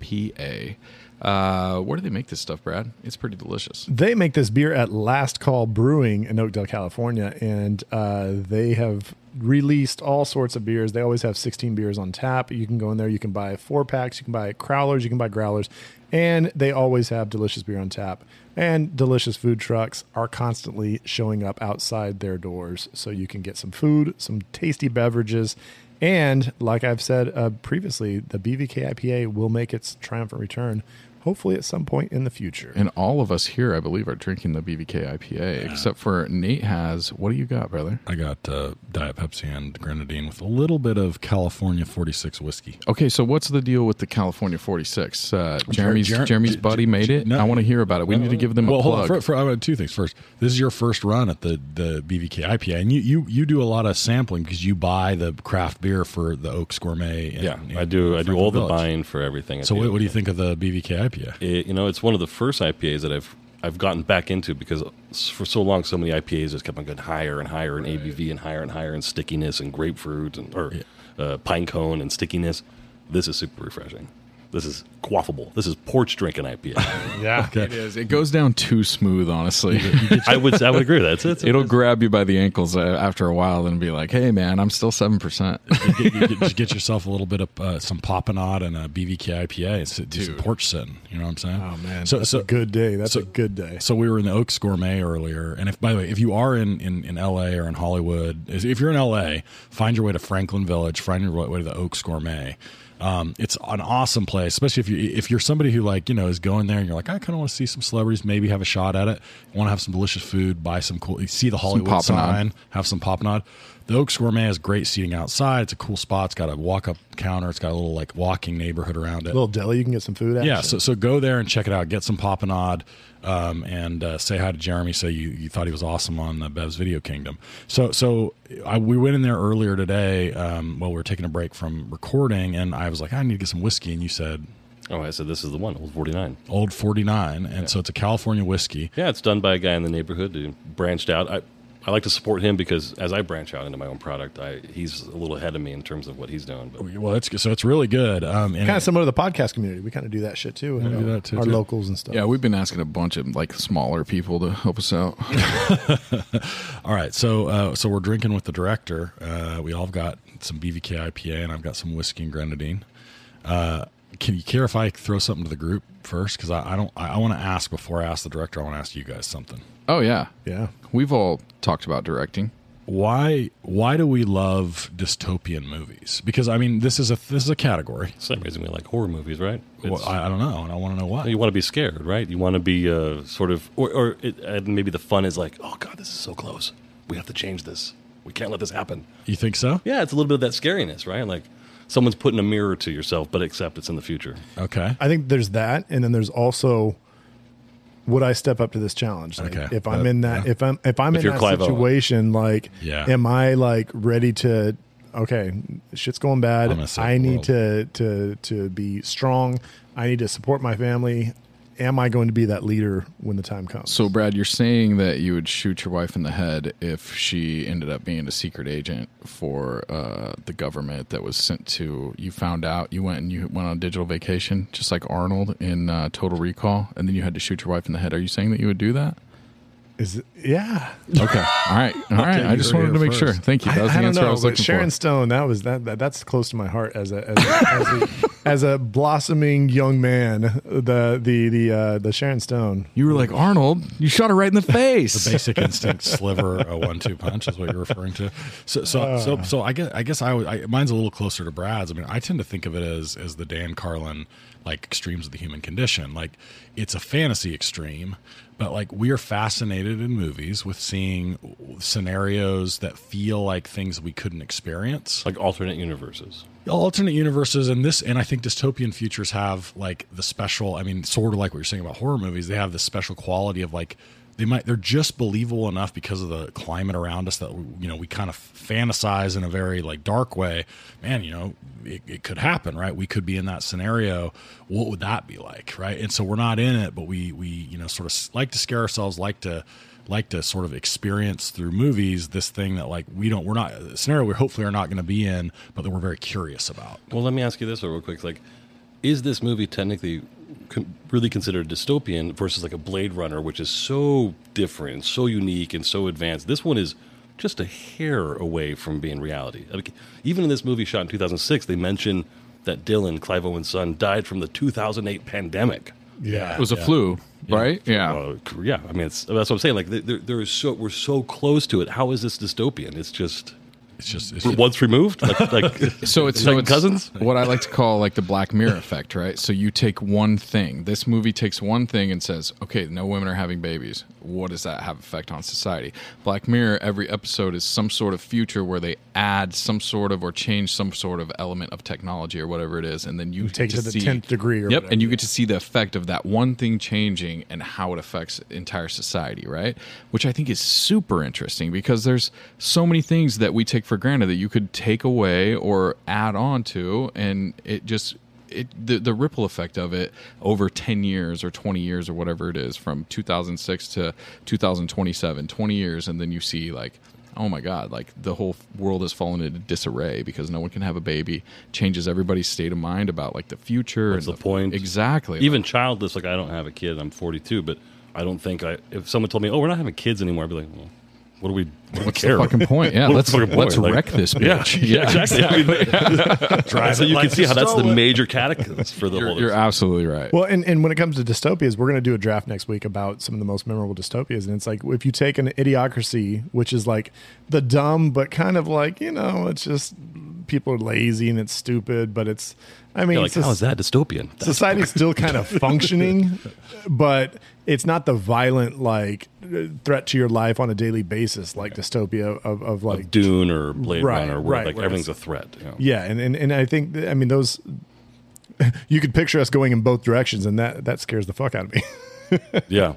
IPA. Uh, where do they make this stuff, Brad? It's pretty delicious.
they make this beer at Last Call Brewing in Oakdale, California, and uh, they have released all sorts of beers. They always have 16 beers on tap. You can go in there, you can buy four packs, you can buy crowlers, you can buy growlers, and they always have delicious beer on tap. And delicious food trucks are constantly showing up outside their doors, so you can get some food, some tasty beverages. And like I've said uh, previously, the BVK IPA will make its triumphant return, hopefully at some point in the future.
And all of us here, I believe, are drinking the BBK IPA, except for Nate has. What do you got, brother?
I got uh, Diet Pepsi and grenadine with a little bit of California 46 whiskey.
Okay, so what's the deal with the California 46? Uh, Jeremy's
Jer-
Jeremy's
Jer-
buddy made it.
no.
I want to hear about it. We need to give them
Well,
a
hold
plug.
on. For, for, uh, two things. First, this is your first run at the, the BVK IPA, and you, you, you do a lot of sampling because you buy the craft beer for the Oaks Gourmet. And, and
I do. I do
Franklin
all the
Village.
buying for everything. at
So,
the
what,
end.
what do you think of the BVK IPA?
it, you know, it's one of the first IPAs that I've I've gotten back into because s- for so long, so many IPAs just kept on getting higher and higher in ABV and higher and higher in stickiness and grapefruit and or uh, pine cone and stickiness. This is super refreshing. This is quaffable. This is porch drinking IPA.
Yeah.
It is. It goes down too smooth, honestly.
I would I would agree with that. It's, it's,
It'll grab you by the ankles uh, after a while and be like, "Hey, man, I'm still seven percent."
get, you get- just get yourself a little bit of uh, some Popinot and a BVK IPA. It's do some porch sitting. You know what I'm saying?
Oh man,
So
that's
so
a good day. That's
so-
a good day.
So we were in the Oaks Gourmet earlier, and if by the way, if you are in in, in LA or in Hollywood, is- if you're in LA, find your way to Franklin Village, find your way to the Oaks Gourmet. Um, it's an awesome place, especially if you if you're somebody who like you know is going there and you're like I kind of want to see some celebrities, maybe have a shot at it, want to have some delicious food, buy some cool, see the Hollywood
Popinot.
sign, have some pop nod. The Oaks Gourmet has great seating outside. It's a cool spot. It's got a walk up counter. It's got a little like walking neighborhood around it.
little deli, you can get some food. Action.
Yeah, so, so go there and check it out. Get some Popinod um, and uh, say hi to Jeremy. Say you, you thought he was awesome on uh, Bev's Video Kingdom. So so I, we went in there earlier today um, while we were taking a break from recording, and I was like, I need to get some whiskey, and you said
oh, I said this is the one. Old forty nine.
Old Forty Nine, and so it's a California whiskey.
Yeah, it's done by a guy in the neighborhood who branched out. I, I like to support him because as I branch out into my own product, I, he's a little ahead of me in terms of what he's doing. But
Well, it's so it's really good. Um, and
kind of similar to the podcast community. We kind of do that shit too. and,
do
uh,
that too,
our
too.
locals and stuff.
Yeah, we've been asking a bunch of like smaller people to help us out.
All right, so uh, so we're drinking with the director. Uh, we all got some BVK IPA, and I've got some whiskey and grenadine. Uh, can you care if I throw something to the group first? Because I, I don't. I, I want to ask before I ask the director. I want to ask you guys something.
Oh yeah,
yeah.
We've all talked about directing.
Why why do we love dystopian movies? Because I mean, this is a this is a category.
it's that reason we like horror movies, right?
Well,
It's-
I, I don't know, and I want to know why.
You want to be scared, right? You want to be uh, sort of, or, or it, uh, maybe the fun is like, oh god, this is so close. We have to change this. We can't let this happen.
You think so?
Yeah, it's a little bit of that scariness, right? Like someone's putting a mirror to yourself, but except it's in the future.
Okay.
I think there's that, and then there's also would I step up to this challenge? Like,
Okay.
If I'm
That-
in that,
yeah.
if I'm if I'm
If
in
you're
that
Clive Owen.
situation, like,
Yeah.
am I like ready to? Okay, shit's going bad.
I'm gonna save
I
the
need
world.
to to to be strong. I need to support my family. Am I going to be that leader when the time comes?
So, Brad, you're saying that you would shoot your wife in the head if she ended up being a secret agent for uh, the government that was sent to. You found out you went and you went on a digital vacation, just like Arnold in uh, Total Recall, and then you had to shoot your wife in the head. Are you saying that you would do that?
is it, yeah.
Okay. All right. All right. I
you
just
heard it
wanted to
here
make sure.
first.
Thank you. That was the answer I was
but
looking
Sharon
for.
Stone, that was that, that. That's close to my heart as a as a, as a, as a blossoming young man. The the the uh, the Sharon Stone.
You were like Arnold. You shot her right in the face.
Basic instinct sliver a one-two punch is what you're referring to. So, so, so, so I guess I guess I, would- I mine's a little closer to Brad's. I mean, I tend to think of it as as the Dan Carlin like extremes of the human condition. Like it's a fantasy extreme, but like we are fascinated in movies with seeing scenarios that feel like things we couldn't experience.
Like alternate universes.
alternate universes and this and i think dystopian futures have like the special i mean sort of like what you're saying about horror movies they have the special quality of like they might they're just believable enough because of the climate around us that you know we kind of fantasize in a very like dark way man you know it, it could happen right we could be in that scenario what would that be like right and so we're not in it but we we you know sort of s- like to scare ourselves like to like to sort of experience through movies this thing that like we don't we're not a scenario we hopefully are not going to be in but that we're very curious about
Well, let me ask you this real quick. Like, is this movie technically con- really considered dystopian versus like a Blade Runner, which is so different, so unique, and so advanced? This one is just a hair away from being reality. I mean, even in this movie shot in 2006, they mention that Dylan, Clive Owen's son, died from the 2008 pandemic.
yeah
It was a flu, right? Yeah.
Uh, yeah, I mean, it's, that's what I'm saying. Like, there, there is so we're so close to it. How is this dystopian? It's just
it's just it's,
once removed. Like, like
So it's so
like
it's
cousins.
What I like to call like the Black Mirror effect, right? So you take one thing. This movie takes one thing and says, "Okay, no women are having babies. What does that have effect on society?" Black Mirror. Every episode is some sort of future where they add some sort of or change some sort of element of technology or whatever it is, and then you
take it
get
to the 10th degree or
yep,
whatever.
and you get to see the effect of that one thing changing and how it affects entire society, right? Which I think is super interesting because there's so many things that we take for granted that you could take away or add on to, and it just it the, the ripple effect of it over 10 years or 20 years or whatever it is from 2006 to 2027 20 years and then you see like oh my god like the whole world has fallen into disarray because no one can have a baby changes everybody's state of mind about like the future
What's the point?
exactly
Even childless, like I don't have a kid. I'm 42, but I don't think I. If someone told me, "Oh, we're not having kids anymore," I'd be like, well, "What do we? What
what's the fucking point yeah
What
let's
the fucking point?
let's
Like-
wreck this
Yeah,
bitch
yeah, exactly. I mean, so you can see how that's the
Stolen.
major catechist for the
You're,
whole.
you're absolutely right
Well, and, and when it comes to dystopias, we're going to do a draft next week about some of the most memorable dystopias. And it's like if you take an idiocracy, which is like the dumb, but kind of like, you know, it's just people are lazy and it's stupid, but it's, I mean,
You're like,
it's just-
how is that dystopian? That's-
society's still kind of functioning, but it's not the violent like threat to your life on a daily basis like dystopia of, of like
Dune or Blade
Right,
Runner, where
right,
like
where
everything's a threat. you know?
yeah, and and, and I think that- I mean those. You could picture us going in both directions, and that that scares the fuck out of me.
Yeah.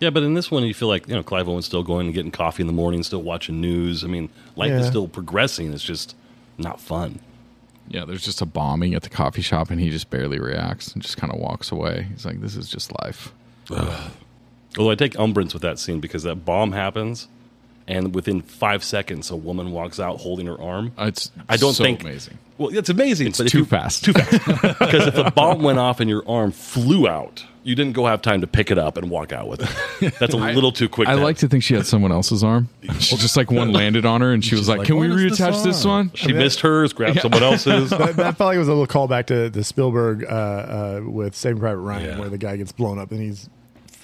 Yeah, but in this one, you feel like, you know, Clive Owen's still going and getting coffee in the morning, still watching news. I mean, life is
Yeah.
still progressing. It's just not fun.
yeah there's just a bombing at the coffee shop and he just barely reacts and just kind of walks away he's like this is just life
Although I take umbrance with that scene because that bomb happens, and within five seconds, a woman walks out holding her arm.
it's
I don't
Uh, so
think
amazing
Well, it's amazing.
it's too fast too fast
because if the bomb went off and your arm flew out, you didn't go have time to pick it up and walk out with it. That's a little too quick.
I
to-
like to think she had someone else's arm. She just like one landed on her, and she was like,
like,
"Can we
"What is this
reattach this
arm?"
one?"
She missed hers, grabbed someone else's.
that, that felt like it was a little callback to the Spielberg uh, uh, with Saving Private Ryan,
Yeah.
where the guy gets blown up and he's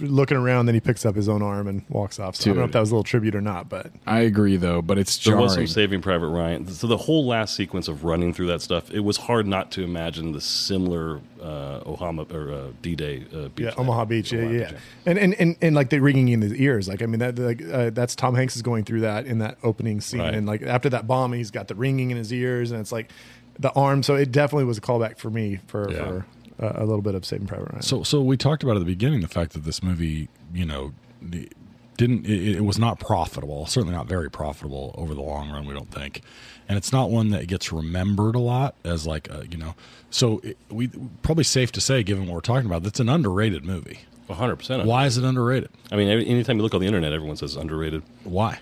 looking around, then he picks up his own arm and walks off. So I don't know
Dude.
if that was a little tribute or not, but
I agree, though, but it's
There
jarring.
was some Saving Private Ryan. So the whole last sequence of running through that stuff, it was hard not to imagine the similar uh, Ohama or uh, D-Day uh, beach.
yeah,
night.
Omaha Beach, yeah,
Omaha
yeah,
Beach,
and and and, and like the ringing in his ears. Like I mean, that like uh, that's Tom Hanks is going through that in that opening scene,
Right.
and like after that bomb, he's got the ringing in his ears, and it's like the arm. So it definitely was a callback for me for,
Yeah.
for uh, a little bit of Saving Private Ryan.
So, so we talked about at the beginning the fact that this movie, you know, the- didn't it, it was not profitable. Certainly not very profitable over the long run. We don't think, and it's not one that gets remembered a lot as like a, you know. So it, we probably safe to say, given what we're talking about, that's an underrated movie.
100%.
Why is it underrated?
I mean, every, anytime you look on the internet, everyone says underrated.
Why?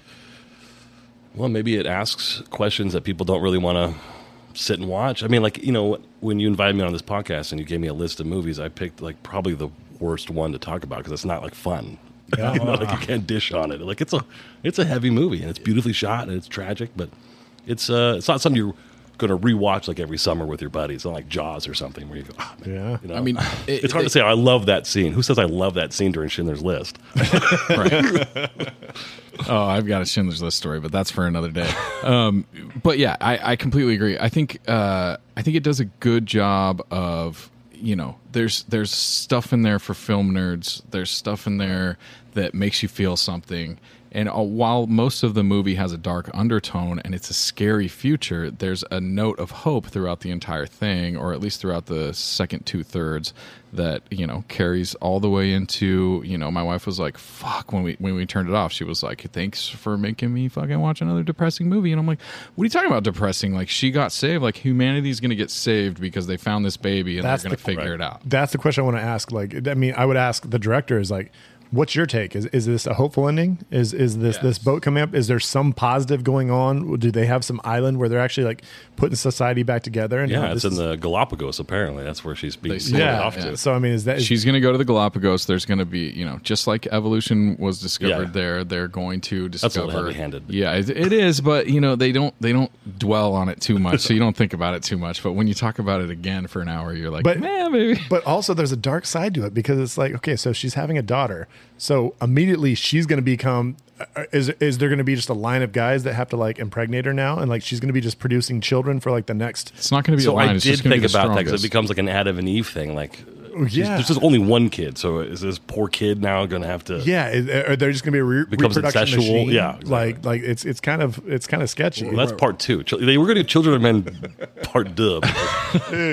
Well, maybe it asks questions that people don't really want to sit and watch. I mean, like, you know, when you invited me on this podcast and you gave me a list of movies, I picked like probably the worst one to talk about because it's not like fun. you know, like you can't dish on it. Like it's a it's a heavy movie and it's beautifully shot and it's tragic, but it's uh it's not something you're going to rewatch like every summer with your buddies. It's not like Jaws or something where you go, "Ah, man,"
yeah.
you know?
I mean, it-
it's hard to
it-
say I love that scene. Who says I love that scene during Schindler's List?
Oh, I've got a Schindler's List story, but that's for another day. Um, but yeah, I, I completely agree. I think uh, I think it does a good job of you know there's there's stuff in there for film nerds. There's stuff in there that makes you feel something. And uh, while most of the movie has a dark undertone and it's a scary future, there's a note of hope throughout the entire thing, or at least throughout the second two thirds, that you know carries all the way into you know. My wife was like, "Fuck!" when we when we turned it off, she was like, "Thanks for making me fucking watch another depressing movie." And I'm like, "What are you talking about depressing? Like she got saved. Like humanity's gonna get saved because they found this baby and
That's
they're gonna
the-
figure it out."
That's the question I want to ask. Like, I mean, I would ask the director is like, what's your take? Is is this a hopeful ending? Is is this this boat coming up? Is there some positive going on? Do they have some island where they're actually like putting society back together? And
Yeah,
how
it's
this
in
is-
the Galapagos apparently. That's where she's being
They
sold
Yeah,
off
yeah.
to.
So I mean, is that is,
She's going to go to the Galapagos. There's going to be, you know, just like evolution was discovered
Yeah.
there. They're going to
a little
discover.
heavy-handed.
Yeah, it, it is, but you know, they don't they don't dwell on it too much, so you don't think about it too much. But when you talk about it again for an hour, you're like,
But-
man, maybe.
But also, there's a dark side to it because it's like, okay, so she's having a daughter, so immediately she's going to become. uh, Is is there going to be just a line of guys that have to like impregnate her now, and like she's going to be just producing children for like the next?
It's not going to be
So
a line.
I
it's
did
just gonna
think
be the
about that because it
strongest.
becomes like an Adam and Eve thing. Like,
yeah.
there's just only one kid, so is this poor kid now going to have to?
Yeah, is- uh, are they just going to be a re-
Becomes
reproduction
incestual,
machine?
yeah, exactly.
like like it's it's kind of it's kind of sketchy.
Well, that's part two. Chil- They were going to do Children of Men part dub.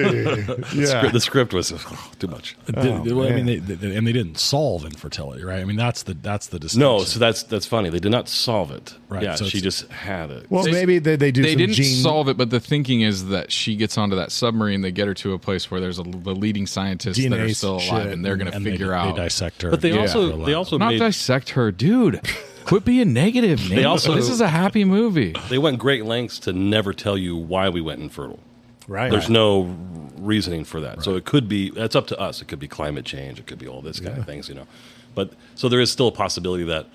yeah.
The script was oh, too much.
Did- well, I
man.
mean, they, they- and they didn't solve infertility, right? I mean, that's the that's the distinction.
No, so that's that's funny. They did not solve it.
Right,
Yeah,
so
she
it's-
just had it.
Well, maybe they they do
They
some
didn't
gene.
solve it, but the thinking is that she gets onto that submarine. They get her to a place where there's a, the leading scientists that are
DNA
still alive,
shit,
and they're going to
and they-
figure
they,
out.
dissect her.
but they
yeah.
also they also
not
made,
dissect her, dude. Quit being negative. Nate.
also-
this is a happy movie.
they went great lengths to never tell you why we went infertile.
right.
There's no reasoning for that. So it could be that's up to us. It could be climate change. It could be all this kind of things, you know. But so there is still a possibility that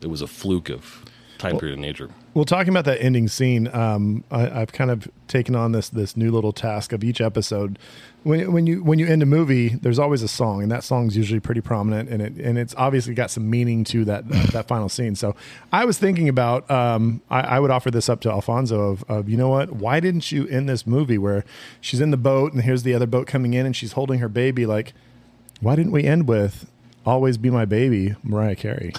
it was a fluke of time period in nature.
Well, talking about that ending scene, um, I, I've kind of taken on this this new little task of each episode. When, when you when you end a movie, there's always a song, and that song's usually pretty prominent, and it and it's obviously got some meaning to that that, that final scene. So I was thinking about um, I, I would offer this up to Alfonso of, of you know what? Why didn't you end this movie where she's in the boat and here's the other boat coming in and she's holding her baby? Like, why didn't we end with? Always be my baby, Mariah Carey.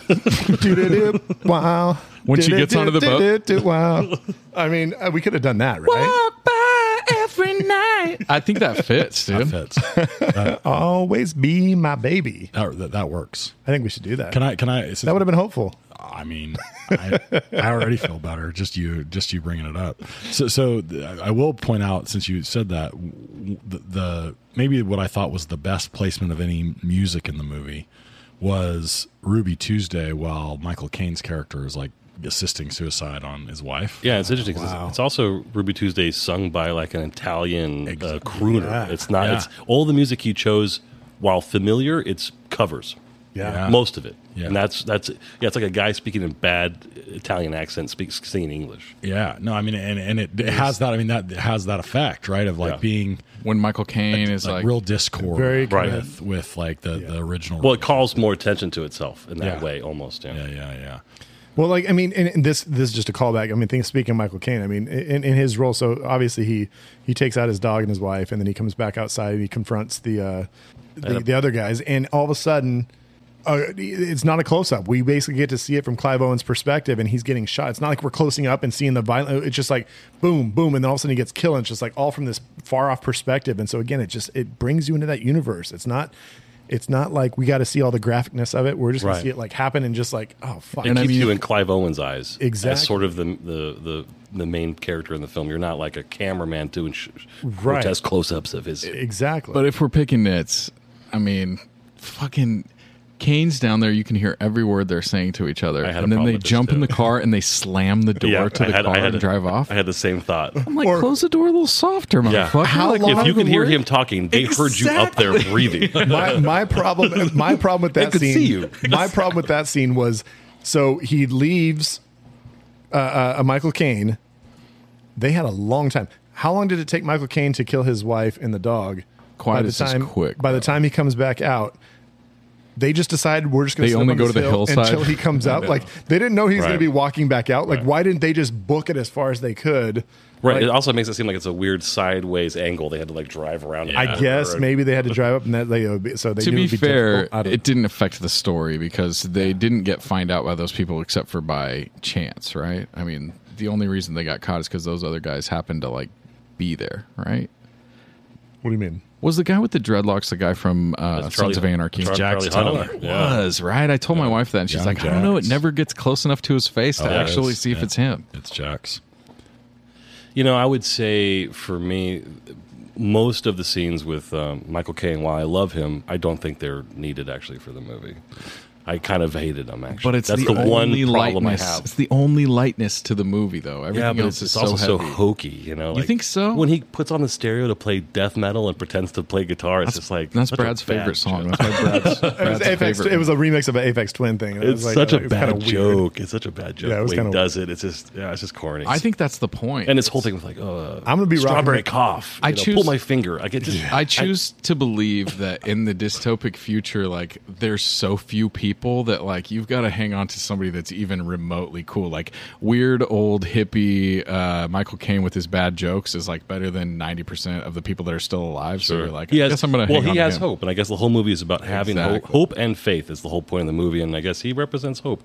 Doo-doo-doo, wow.
When she gets onto the boat.
Doo-doo-doo, do- Wow. I mean, uh, we could have done that, right?
Walk by every night. I think that fits, dude.
fits. that,
Always be my baby.
that, that works.
I think we should do that.
Can I? Can I? since-
that would have been hopeful.
I mean, I, I already feel better just you just you bringing it up. So, so th- I will point out since you said that w- w- the, the maybe what I thought was the best placement of any music in the movie was Ruby Tuesday, while Michael Caine's character is like assisting suicide on his wife.
Yeah, it's interesting 'cause it's- it's, also Ruby Tuesday sung by like an Italian uh, crooner. It's not. It's
Yeah.
all the music he chose. While familiar, it's covers.
Yeah.
most of it.
Yeah.
And that's that's yeah. It's like a guy speaking in bad Italian accent, speaks singing English.
Yeah, no, I mean, and and it, it has that. I mean, that it has that effect, right? Of like
Yeah.
being
When Michael Caine is
like,
like,
real discord,
Very
Right.
With, with like the, the original.
Well, it calls more attention to itself in that
Yeah.
way, almost. Yeah.
yeah, yeah, yeah.
Well, like I mean, and and this this is just a callback. I mean, think, speaking of Michael Caine, I mean, in, in his role, so obviously he he takes out his dog and his wife, and then he comes back outside and he confronts the uh, the, the other guys, and all of a sudden, uh, it's not a close up. We basically get to see it from Clive Owen's perspective, and he's getting shot. It's not like we're closing up and seeing the violence. It's just like boom, boom, and then all of a sudden he gets killed. And it's just like all from this far off perspective. And so again, it just it brings you into that universe. It's not. It's not like we got to see all the graphicness of it. We're just gonna
Right.
see it like happen and just like oh fuck.
It
And I
keeps
mean-
you in Clive Owen's eyes.
Exactly.
As sort of the, the, the, the main character in the film. You're not like a cameraman doing sh-
Right.
grotesque close ups of his.
exactly.
But if we're picking nits, I mean, fucking Kane's down there. You can hear every word they're saying to each other.
I had a
and then
problem
they
with this
jump in
too.
the car and they slam the door to the car and drive off.
I had the same thought.
I'm like, close the door a little softer, motherfucker.
Yeah.
How like,
if you could hear
word-
him talking, they heard you up there breathing.
my, my problem my problem with that
could
scene
see you.
my problem with that scene was so he leaves uh, uh, Michael Caine. They had a long time. How long did it take Michael Caine to kill his wife and the dog?
Quiet
by the
is just
time,
quick,
By the time he comes back out, they just decided we're just going
They
to
only go
this
to the
hill
hillside.
until he comes out. Like they didn't know he's going
Right.
to be walking back out. Like
Right.
why didn't they just book it as far as they could?
Right.
Like,
it also makes it seem like it's a weird sideways angle. They had to like drive around.
I
it.
guess
Or-
maybe they had to drive up and that they would be, so they
to
knew
be
it'd
fair,
difficult. I don't
it didn't affect the story because they didn't get find out by those people except for by chance, right? I mean, the only reason they got caught is because those other guys happened to like be there, right?
What do you mean?
Was the guy with the dreadlocks the guy from uh,
That's Charlie-
Sons of Anarchy?
Char-
Jax
Charlie
Teller.
Hunnam. Yeah.
was right. I told my wife that, and she's
Young
like, "I don't know. It
Jax.
never gets close enough to his face to
Oh, it
actually
is.
see if
Yeah.
it's him."
It's Jax.
You know, I would say for me, most of the scenes with um, Michael Caine, while I love him, I don't think they're needed actually for the movie. I kind of hated him actually.
But it's
That's
the,
the, one
only
problem
lightness.
I have.
It's the only lightness to the movie, though.
Yeah,
Everything
but
else
it's,
is so
it's also so
heavy.
hokey, you know. Like,
think so?
When he puts on the stereo to play death metal and pretends to play guitar, it's just like
That's
such a
Brad's
bad
favorite song.
joke.
That's my Brad's,
It was,
Brad's
Apex,
favorite.
it was a remix of an Apex Twin thing. and it
It's
was like- uh,
such
it
a
was kinda
bad
weird.
joke. It's such a bad joke.
Yeah, it was
when
kinda-
he does it, it's just yeah, it's just corny.
I think that's the point.
and this whole thing was like, oh,
I'm gonna be rocking
strawberry
it.
cough.
I
you know,
choose-
pull my finger. I get just
I choose to believe that in the dystopic future, like there's so few people that like you've got to hang on to somebody that's even remotely cool. Like weird old hippie uh, Michael Caine with his bad jokes is like better than ninety percent of the people that are still alive. So you're like,
he
I
has,
guess I'm gonna.
well,
hang
he
on to
has
him.
hope, and I guess the whole movie is about having ho-
Exactly.
hope and faith is the whole point of the movie, and I guess he represents hope.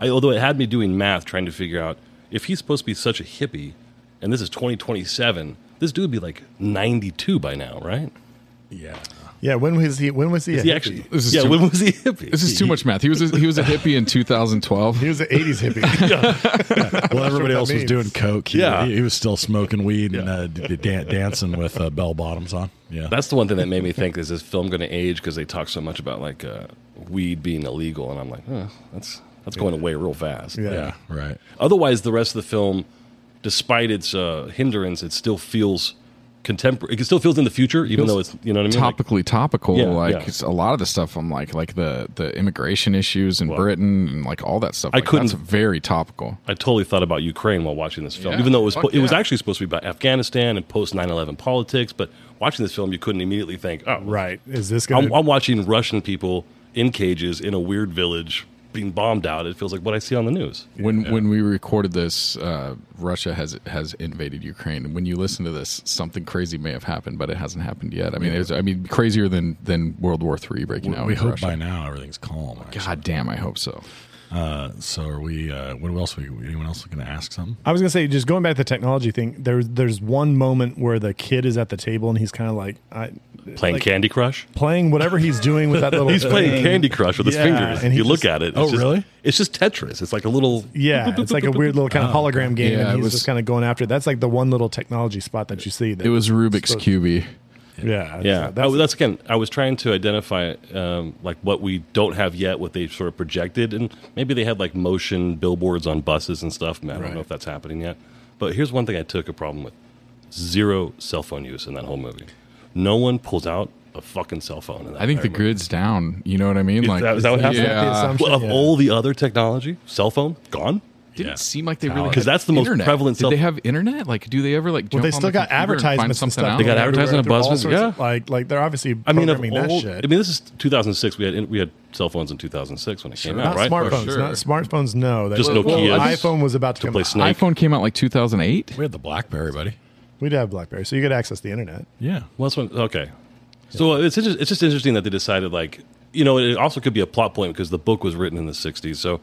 I, although it had me doing math trying to figure out if he's supposed to be such a hippie, and this is 2027, this dude would be like 92 by now, right?
Yeah.
Yeah, when was he? When was he? a
He
hippie?
actually,
This is
yeah.
too-
when was he a hippie?
This is too much math. He was a, he was a hippie in 2012.
he was an '80s hippie.
Well,
what
everybody
that
else was
means.
doing coke. He,
Yeah.
he, he was still smoking weed and uh, d- dan- dancing with uh, bell bottoms on. Yeah,
That's the one thing that made me think: is this film going to age? Because they talk so much about like uh, weed being illegal, and I'm like, huh, that's that's going away real fast.
Yeah.
yeah, right.
Otherwise, the rest of the film, despite its uh, hindrance, it still feels contemporary. It still feels in the future, even
Feels
though it's you know what I mean. Like,
topically topical
Yeah,
like
yeah.
it's a lot of the stuff i'm like like the the immigration issues in britain and like all that stuff
I
like,
couldn't-
that's very topical
I totally thought about Ukraine while watching this film,
Yeah,
even though it was
fuck
po- it was
yeah.
actually supposed to be about Afghanistan and post 9-11 politics. But watching this film, you couldn't immediately think, oh,
right? Is this
I'm,
gonna?
I'm watching Russian people in cages in a weird village being bombed out. It feels like what I see on the news.
when when we recorded this uh russia has has invaded ukraine and when you listen to this something crazy may have happened but it hasn't happened yet i mean it's i mean crazier than than world war three breaking out
we
in
hope
Russia.
by now everything's calm. actually.
god damn i hope so
Uh, so are we? Uh, what else? Are we, anyone else going to ask something?
I was gonna say, just going back to the technology thing. There's there's one moment where the kid is at the table and he's kind of like I,
Playing
like,
Candy Crush.
playing whatever he's doing with that little.
He's playing Candy Crush with his
Yeah,
fingers.
and
If
he
you look
just-
at it, it's
Oh,
just-
really?
It's just Tetris. It's like a little
Yeah, it's like a weird little
Oh,
kind of hologram game,
Yeah, it
and he's
was-
just kind of going after. it. That's like the one little technology spot that you see. That
it was rubik's cubey
Yeah,
Yeah, Oh,
That's,
that's, that's again. I was trying to identify um, like what we don't have yet, what they sort of projected, and maybe they had like motion billboards on buses and stuff. Man, I don't know if that's happening yet. But here's one thing I took a problem with: zero cell phone use in that whole movie. No one pulls out a fucking cell phone. In that
i think the
entire movie.
grid's down you know what i mean like
that- is that what happened?
Is that the
yeah
assumption?
Well, of
Yeah.
all the other technology, cell phone gone.
didn't seem like they really
Because
had
that's the most
internet.
prevalent
Did
cell-
they have internet? Like, do they ever like? Jump
Well, they
on
still
the
got
computer and find
advertisements and
something
stuff.
out?
They got
going
advertising
everywhere
on
through all
buses?
sorts
Yeah.
of- like like they're obviously.
I mean, of
programming that
all-
shit.
I mean, this is 2006. We had we had cell phones in 2006 when it came out,
not
right?
smartphones.
sure.
Not smartphones. No, that
Just
well,
Nokias
iPhone was about to,
to
come
play
out.
Snake.
iPhone came out like 2008.
We had the BlackBerry, buddy.
We'd have BlackBerry, so you could access the internet.
Yeah.
Well, that's what, okay. So uh, it's inter- it's just interesting that they decided like you know, it also could be a plot point because the book was written in the 60s. So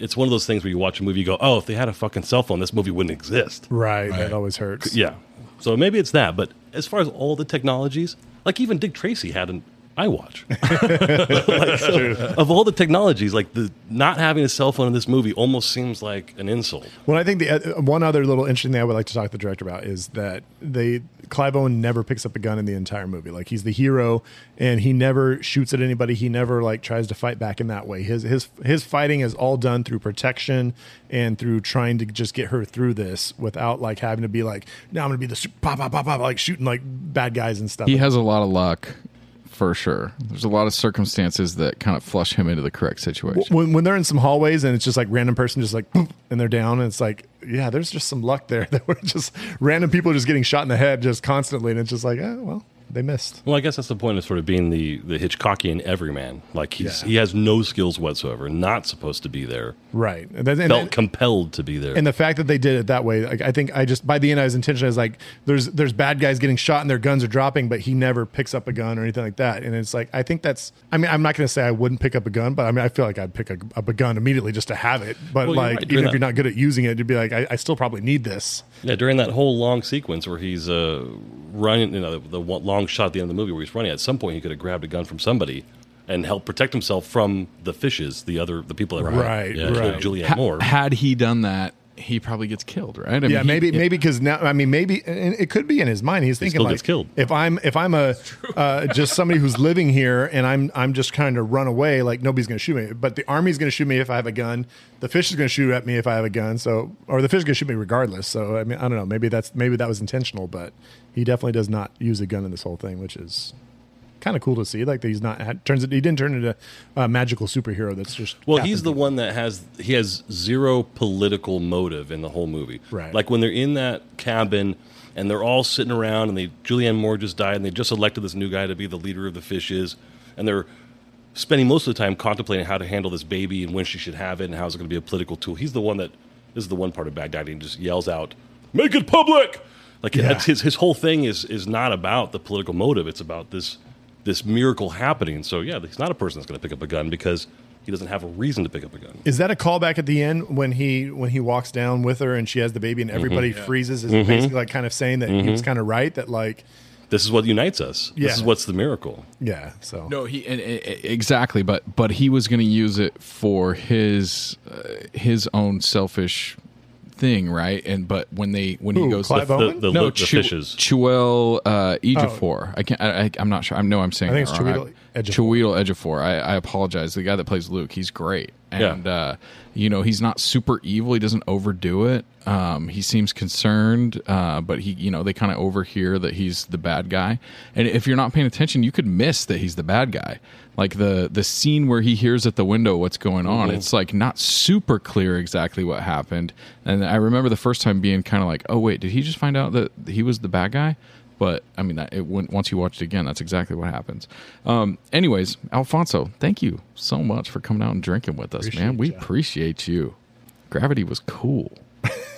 it's one of those things where you watch a movie, you go, oh, if they had a fucking cell phone, this movie wouldn't exist.
Right, That always hurts.
Yeah. So maybe it's that. But as far as all the technologies, like even Dick Tracy had an iWatch. Like, so, Of all the technologies, like the not having a cell phone in this movie almost seems like an insult.
Well, I think the uh, one other little interesting thing I would like to talk to the director about is that they Clive Owen never picks up a gun in the entire movie. Like he's the hero, and he never shoots at anybody. He never like tries to fight back in that way. His his his fighting is all done through protection and through trying to just get her through this without like having to be like, now I'm going to be the su- pop pop pop pop like shooting like bad guys and stuff.
He has a lot of luck for sure. There's a lot of circumstances that kind of flush him into the correct situation.
when, when they're in some hallways and it's just like random person just like boop, and they're down and it's like yeah there's just some luck there that we're just random people are just getting shot in the head just constantly and it's just like oh well they missed
Well, I guess that's the point of sort of being the, the Hitchcockian everyman. Like he's, he has no skills whatsoever, not supposed to be there,
right and, then- and
felt
then-
compelled to be there.
and the fact that they did it that way like, I think I just by the end I was intentionally I was like there's there's bad guys getting shot and their guns are dropping but he never picks up a gun or anything like that and it's like I think that's I mean I'm not going to say I wouldn't pick up a gun but I mean I feel like I'd pick a, up a gun immediately just to have it but
Well, you're
like
right.
even
You're
if
not-
you're not good at using it you'd be like I, I still probably need this
Yeah, during that whole long sequence where he's uh, running, you know, the, the one- long shot at the end of the movie where he's running. At some point, he could have grabbed a gun from somebody and helped protect himself from the fishes, the other, the people that were
Right,
yeah, it's
right.
like Julianne
Ha-
Moore.
had he done that, he probably gets killed, right? I mean,
yeah,
he-
maybe maybe because now I mean maybe and it could be in his mind. He's thinking
still
like
gets killed.
if I'm if I'm a uh, just somebody who's living here and I'm I'm just trying to run away, like nobody's going to shoot me. But the army's going to shoot me if I have a gun. The fish is going to shoot at me if I have a gun. So or the fish is going to shoot me regardless. So I mean I don't know. Maybe that's maybe that was intentional, but he definitely does not use a gun in this whole thing, which is kind of cool to see. Like that he's not had, turns it he didn't turn into a magical superhero. That's just
Well, he's the one that has he has zero political motive in the whole movie.
Right.
Like when they're in that cabin and they're all sitting around and they Julianne Moore just died and they just elected this new guy to be the leader of the fishes and they're spending most of the time contemplating how to handle this baby and when she should have it and how it's going to be a political tool. He's the one that this is the one part of Baghdad he just yells out, "Make it public!" Like that's his his whole thing is is not about the political motive. It's about this this miracle happening. So yeah, he's not a person that's going to pick up a gun because he doesn't have a reason to pick up a gun.
Is that a callback at the end when he when he walks down with her and she has the baby and everybody freezes? Is it basically like kind of saying that he was kind of right that like
This is what unites us.
Yeah.
This is what's the miracle.
yeah so
No, he and, and- and- exactly, but but he was going to use it for his uh, his own selfish thing, right? And but when they when
Who,
he goes to
Clive
The
Owen? Oh.
the,
no
the
Chu-
fishes.
Chuel uh, Ejiofor. I can't. I, I, I'm not sure. I know I'm saying.
I think
that
it's
wrong.
Chiwetel
I-
Ejiofor.
Chiwetel Ejiofor. I, I apologize. The guy that plays Luke, he's great, and
Yeah.
uh, you know he's not super evil. He doesn't overdo it. Um, he seems concerned, uh, but he, you know, they kind of overhear that he's the bad guy. And if you're not paying attention, you could miss that he's the bad guy. Like the the scene where he hears at the window what's going on. It's like not super clear exactly what happened. And I remember the first time being kind of like, oh wait, did he just find out that he was the bad guy? But I mean, that it went, once you watch it again, that's exactly what happens. Um, anyways, Alfonso, thank you so much for coming out and drinking with us, man. We appreciate you. Gravity was cool.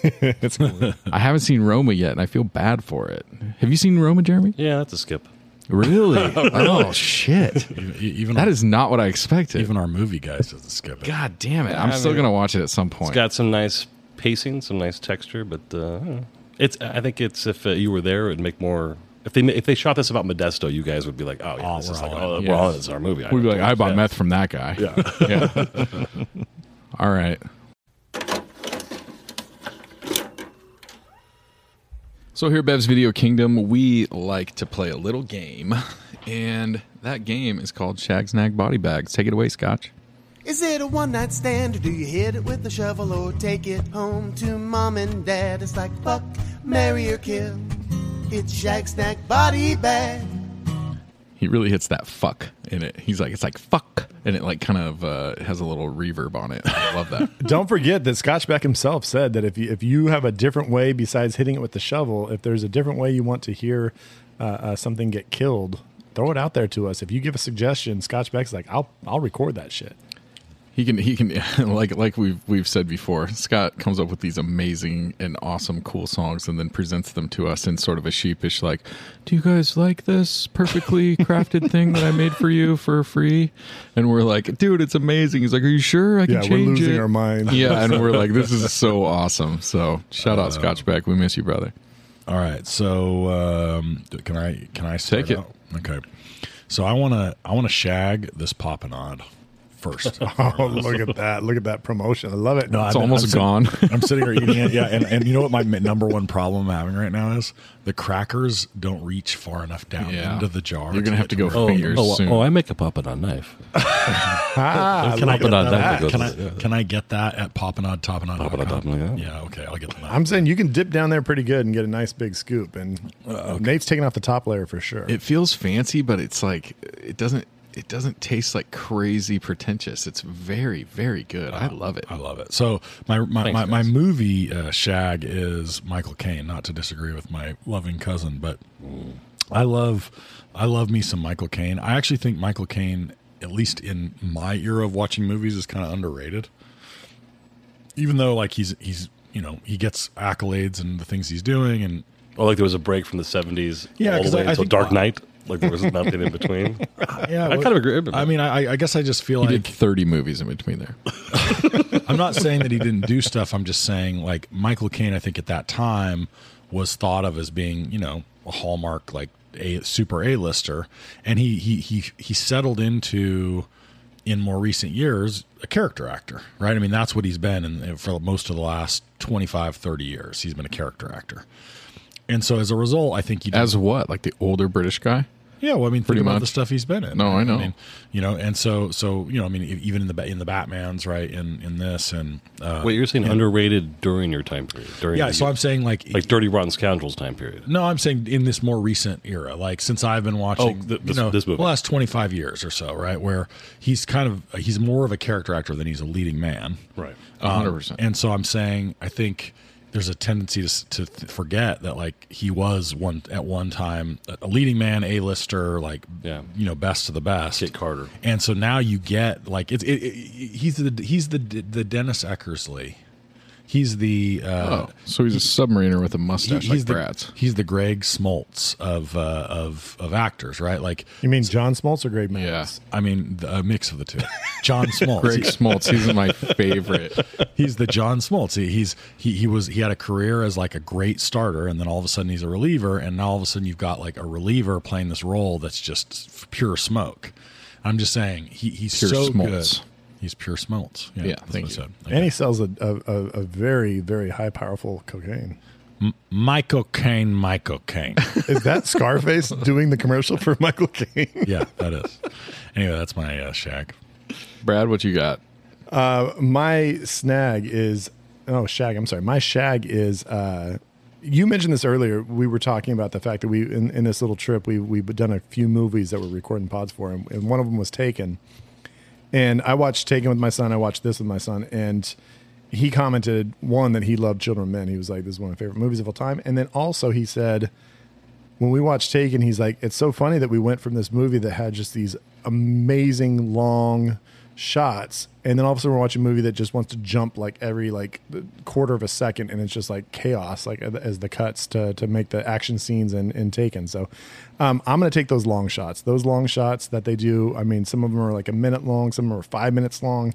it's cool.
I haven't seen Roma yet, and I feel bad for it. Have you seen Roma, Jeremy?
Yeah, that's a skip.
Really? Oh shit!
Even, e, even
That
our,
is not what I expected.
even our movie guys doesn't skip it.
God damn it! I'm still gonna watch it at some point.
It's got some nice pacing, some nice texture, but uh, I don't know. it's. I think it's if uh, you were there, it'd make more. If they ma- if they shot this about Modesto, you guys would be like, oh yeah,
Oh,
this
we're
is
all
like
in.
oh,
Yeah.
we're all in. It's our movie.
We'd be like,
have
I
to
bought
watch
meth from that guy.
that. Yeah.
yeah. All right. So here at Bev's Video Kingdom, we like to play a little game, and that game is called Shag Snag Body Bags. Take it away, Scotch.
Is it a one night stand or do you hit it with a shovel or take it home to mom and dad? It's like fuck, marry or kill. It's Shag Snack Body Bag.
He really hits that fuck in it. He's like, it's like fuck, and it like kind of uh, has a little reverb on it. I love that.
Don't forget that Scotchback himself said that if you, if you have a different way besides hitting it with the shovel, if there's a different way you want to hear uh, uh, something get killed, throw it out there to us. If you give a suggestion, Scotchback's like I'll I'll record that shit.
he can he can like like we've we've said before. Scott comes up with these amazing and awesome cool songs and then presents them to us in sort of a sheepish like, "Do you guys like this perfectly crafted thing that I made for you for free?" And we're like, "Dude, it's amazing." He's like, "Are you sure I can
Yeah, we're
change
losing
it?"
our minds.
Yeah, and we're like, "This is so awesome." So shout out Scotchback, we miss you, brother.
All right, so um, d- can I can I start
Take it.
out? Okay, so I want to I want to shag this Papinod first.
Oh, look at that! Look at that promotion. I love it.
No,
It's
I've been-
almost
I'm
gone.
sit- I'm sitting here eating it. Yeah, and, and you know what my m- number one problem I'm having right now is the crackers don't reach far enough down
Yeah.
into the jar.
You're gonna have to go
Oh,
fingers
oh,
soon.
oh, I make a papadon knife.
Ah,
Can
look
I
at
put on
that.
that?
Can I can I get that at Papinod Topinod?
Papanod, Topinod, yeah.
Yeah, okay, I'll get that.
I'm saying you can dip down there pretty good and get a nice big scoop. And Nate's taking off the top layer for sure.
It feels fancy, but it's like it doesn't it doesn't taste like crazy pretentious. It's very very good. I love it.
I love it. So my my,
Thanks,
my, my
guys.
movie uh, shag is Michael Caine. Not to disagree with my loving cousin, but I love I love me some Michael Caine. I actually think Michael Caine, at least in my era of watching movies, is kind of underrated. Even though like he's he's you know he gets accolades and the things he's doing and
Oh, like there was a break from the 70s
Yeah,
all
'cause
the way
I- I
until
think-
Dark Knight. Like there was nothing in between. I
yeah
kind of agree. with
I
that.
mean I I guess I just feel
He
like
did 30 movies in between there.
I'm not saying that he didn't do stuff. I'm just saying like Michael Caine, I think at that time was thought of as being, you know, a hallmark like a super A-lister, and he he he he settled into in more recent years a character actor, right? I mean, that's what he's been in, eh, for most of the last 25, 30 years. He's been a character actor. And so as a result, I think he did
As what? Like the older British guy?
yeah, well, I mean, think about the
much.
stuff he's been in.
No, I know.
mean, you know, and so, so you know, I mean, e- even in the Ba- in the Batman's right, in in this, and uh,
Wait, you're saying underrated during your time period? During
yeah.
the-
So I'm saying like,
like Dirty Rotten Scoundrels time period.
no, I'm saying in this more recent era, like since I've been watching,
Oh, th-
you
this-
know,
this movie.
the last 25 years or so, right, where he's kind of he's more of a character actor than he's a leading man,
Right.
Um,
100%.
and so I'm saying I think there's a tendency to, s- to th- forget that like he was one at one time a- a leading man, a lister, like
Yeah.
you know best of the best,
Kit Carter.
and so now you get like it's it, it, he's the he's the the Dennis Eckersley, he's the uh,
Oh, so he's a submariner with a
he-
mustache
he's
like
the
Bratz.
he's the Greg Smoltz of uh, of of actors, right? Like
you mean John Smoltz or Greg Mads?
Yeah.
I mean the, a mix of the two, John Smoltz.
Greg
He-
Smoltz, he's my favorite.
he's the John Smoltz. He, he's he he was he had a career as like a great starter, and then all of a sudden he's a reliever, and now all of a sudden you've got like a reliever playing this role that's just f- pure smoke. I'm just saying he he's
Pure
so
Smoltz.
good. He's pure Smoltz. Yeah,
Yeah,
that's
thank
what I
you.
said.
And he sells a, a, a, a very, very high, powerful cocaine.
Michael Caine. Michael Caine.
Is that Scarface doing the commercial for Michael Caine?
yeah, that is. Anyway, that's my uh, shag.
Brad, what you got?
My snag is oh shag. I'm sorry. My shag is. Uh, you mentioned this earlier. We were talking about the fact that we in, in this little trip we we've done a few movies that we're recording pods for, and, and one of them was Taken. And I watched Taken with my son. I watched this with my son, and he commented one that he loved Children of Men. He was like, "This is one of my favorite movies of all time." And then also he said, when we watched Taken, he's like, "It's so funny that we went from this movie that had just these amazing long shots, and then all of a sudden we're watching a movie that just wants to jump like every like quarter of a second, and it's just like chaos, like as the cuts to to make the action scenes in, in Taken." So, um, I'm gonna take those long shots. Those long shots that they do. I mean, some of them are like a minute long, some of them are five minutes long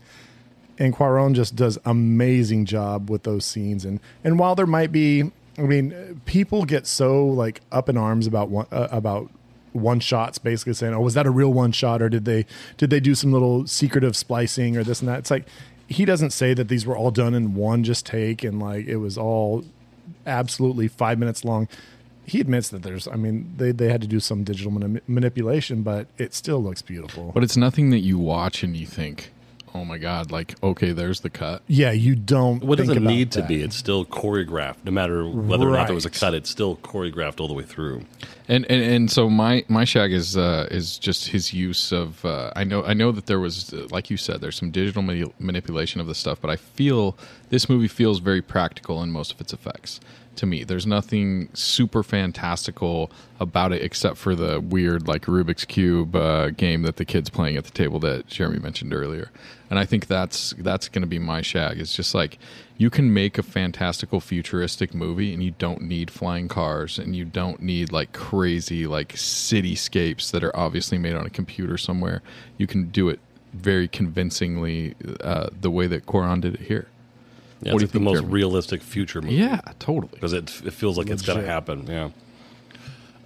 and Quaron just does amazing job with those scenes. And and while there might be, I mean, people get so like up in arms about one uh, about one shots, basically saying, "Oh, was that a real one shot, or did they did they do some little secretive splicing or this and that?" It's like he doesn't say that these were all done in one just take and like it was all absolutely five minutes long. He admits that there's, I mean, they, they had to do some digital mani- manipulation, but it still looks beautiful.
But it's nothing that you watch and you think, oh my God, like, okay, there's the cut.
yeah, you don't.
What does
think
it
about
need to
that.
be? It's still choreographed, no matter whether or not there was a
Right.
cut. It's still choreographed all the way through.
And, and and so my my shag is uh, is just his use of uh, I know I know that there was uh, like you said there's some digital mani- manipulation of the stuff but I feel this movie feels very practical in most of its effects to me. There's nothing super fantastical about it except for the weird like Rubik's cube uh, game that the kids playing at the table that Jeremy mentioned earlier. And I think that's that's going to be my shag. It's just like you can make a fantastical futuristic movie and you don't need flying cars and you don't need like crazy like cityscapes that are obviously made on a computer somewhere. You can do it very convincingly uh, the way that Koran did it here.
Yeah, what it's the most Jeremy? realistic future movie.
Yeah, totally.
Because it, it feels like Legit. it's going to happen. Yeah.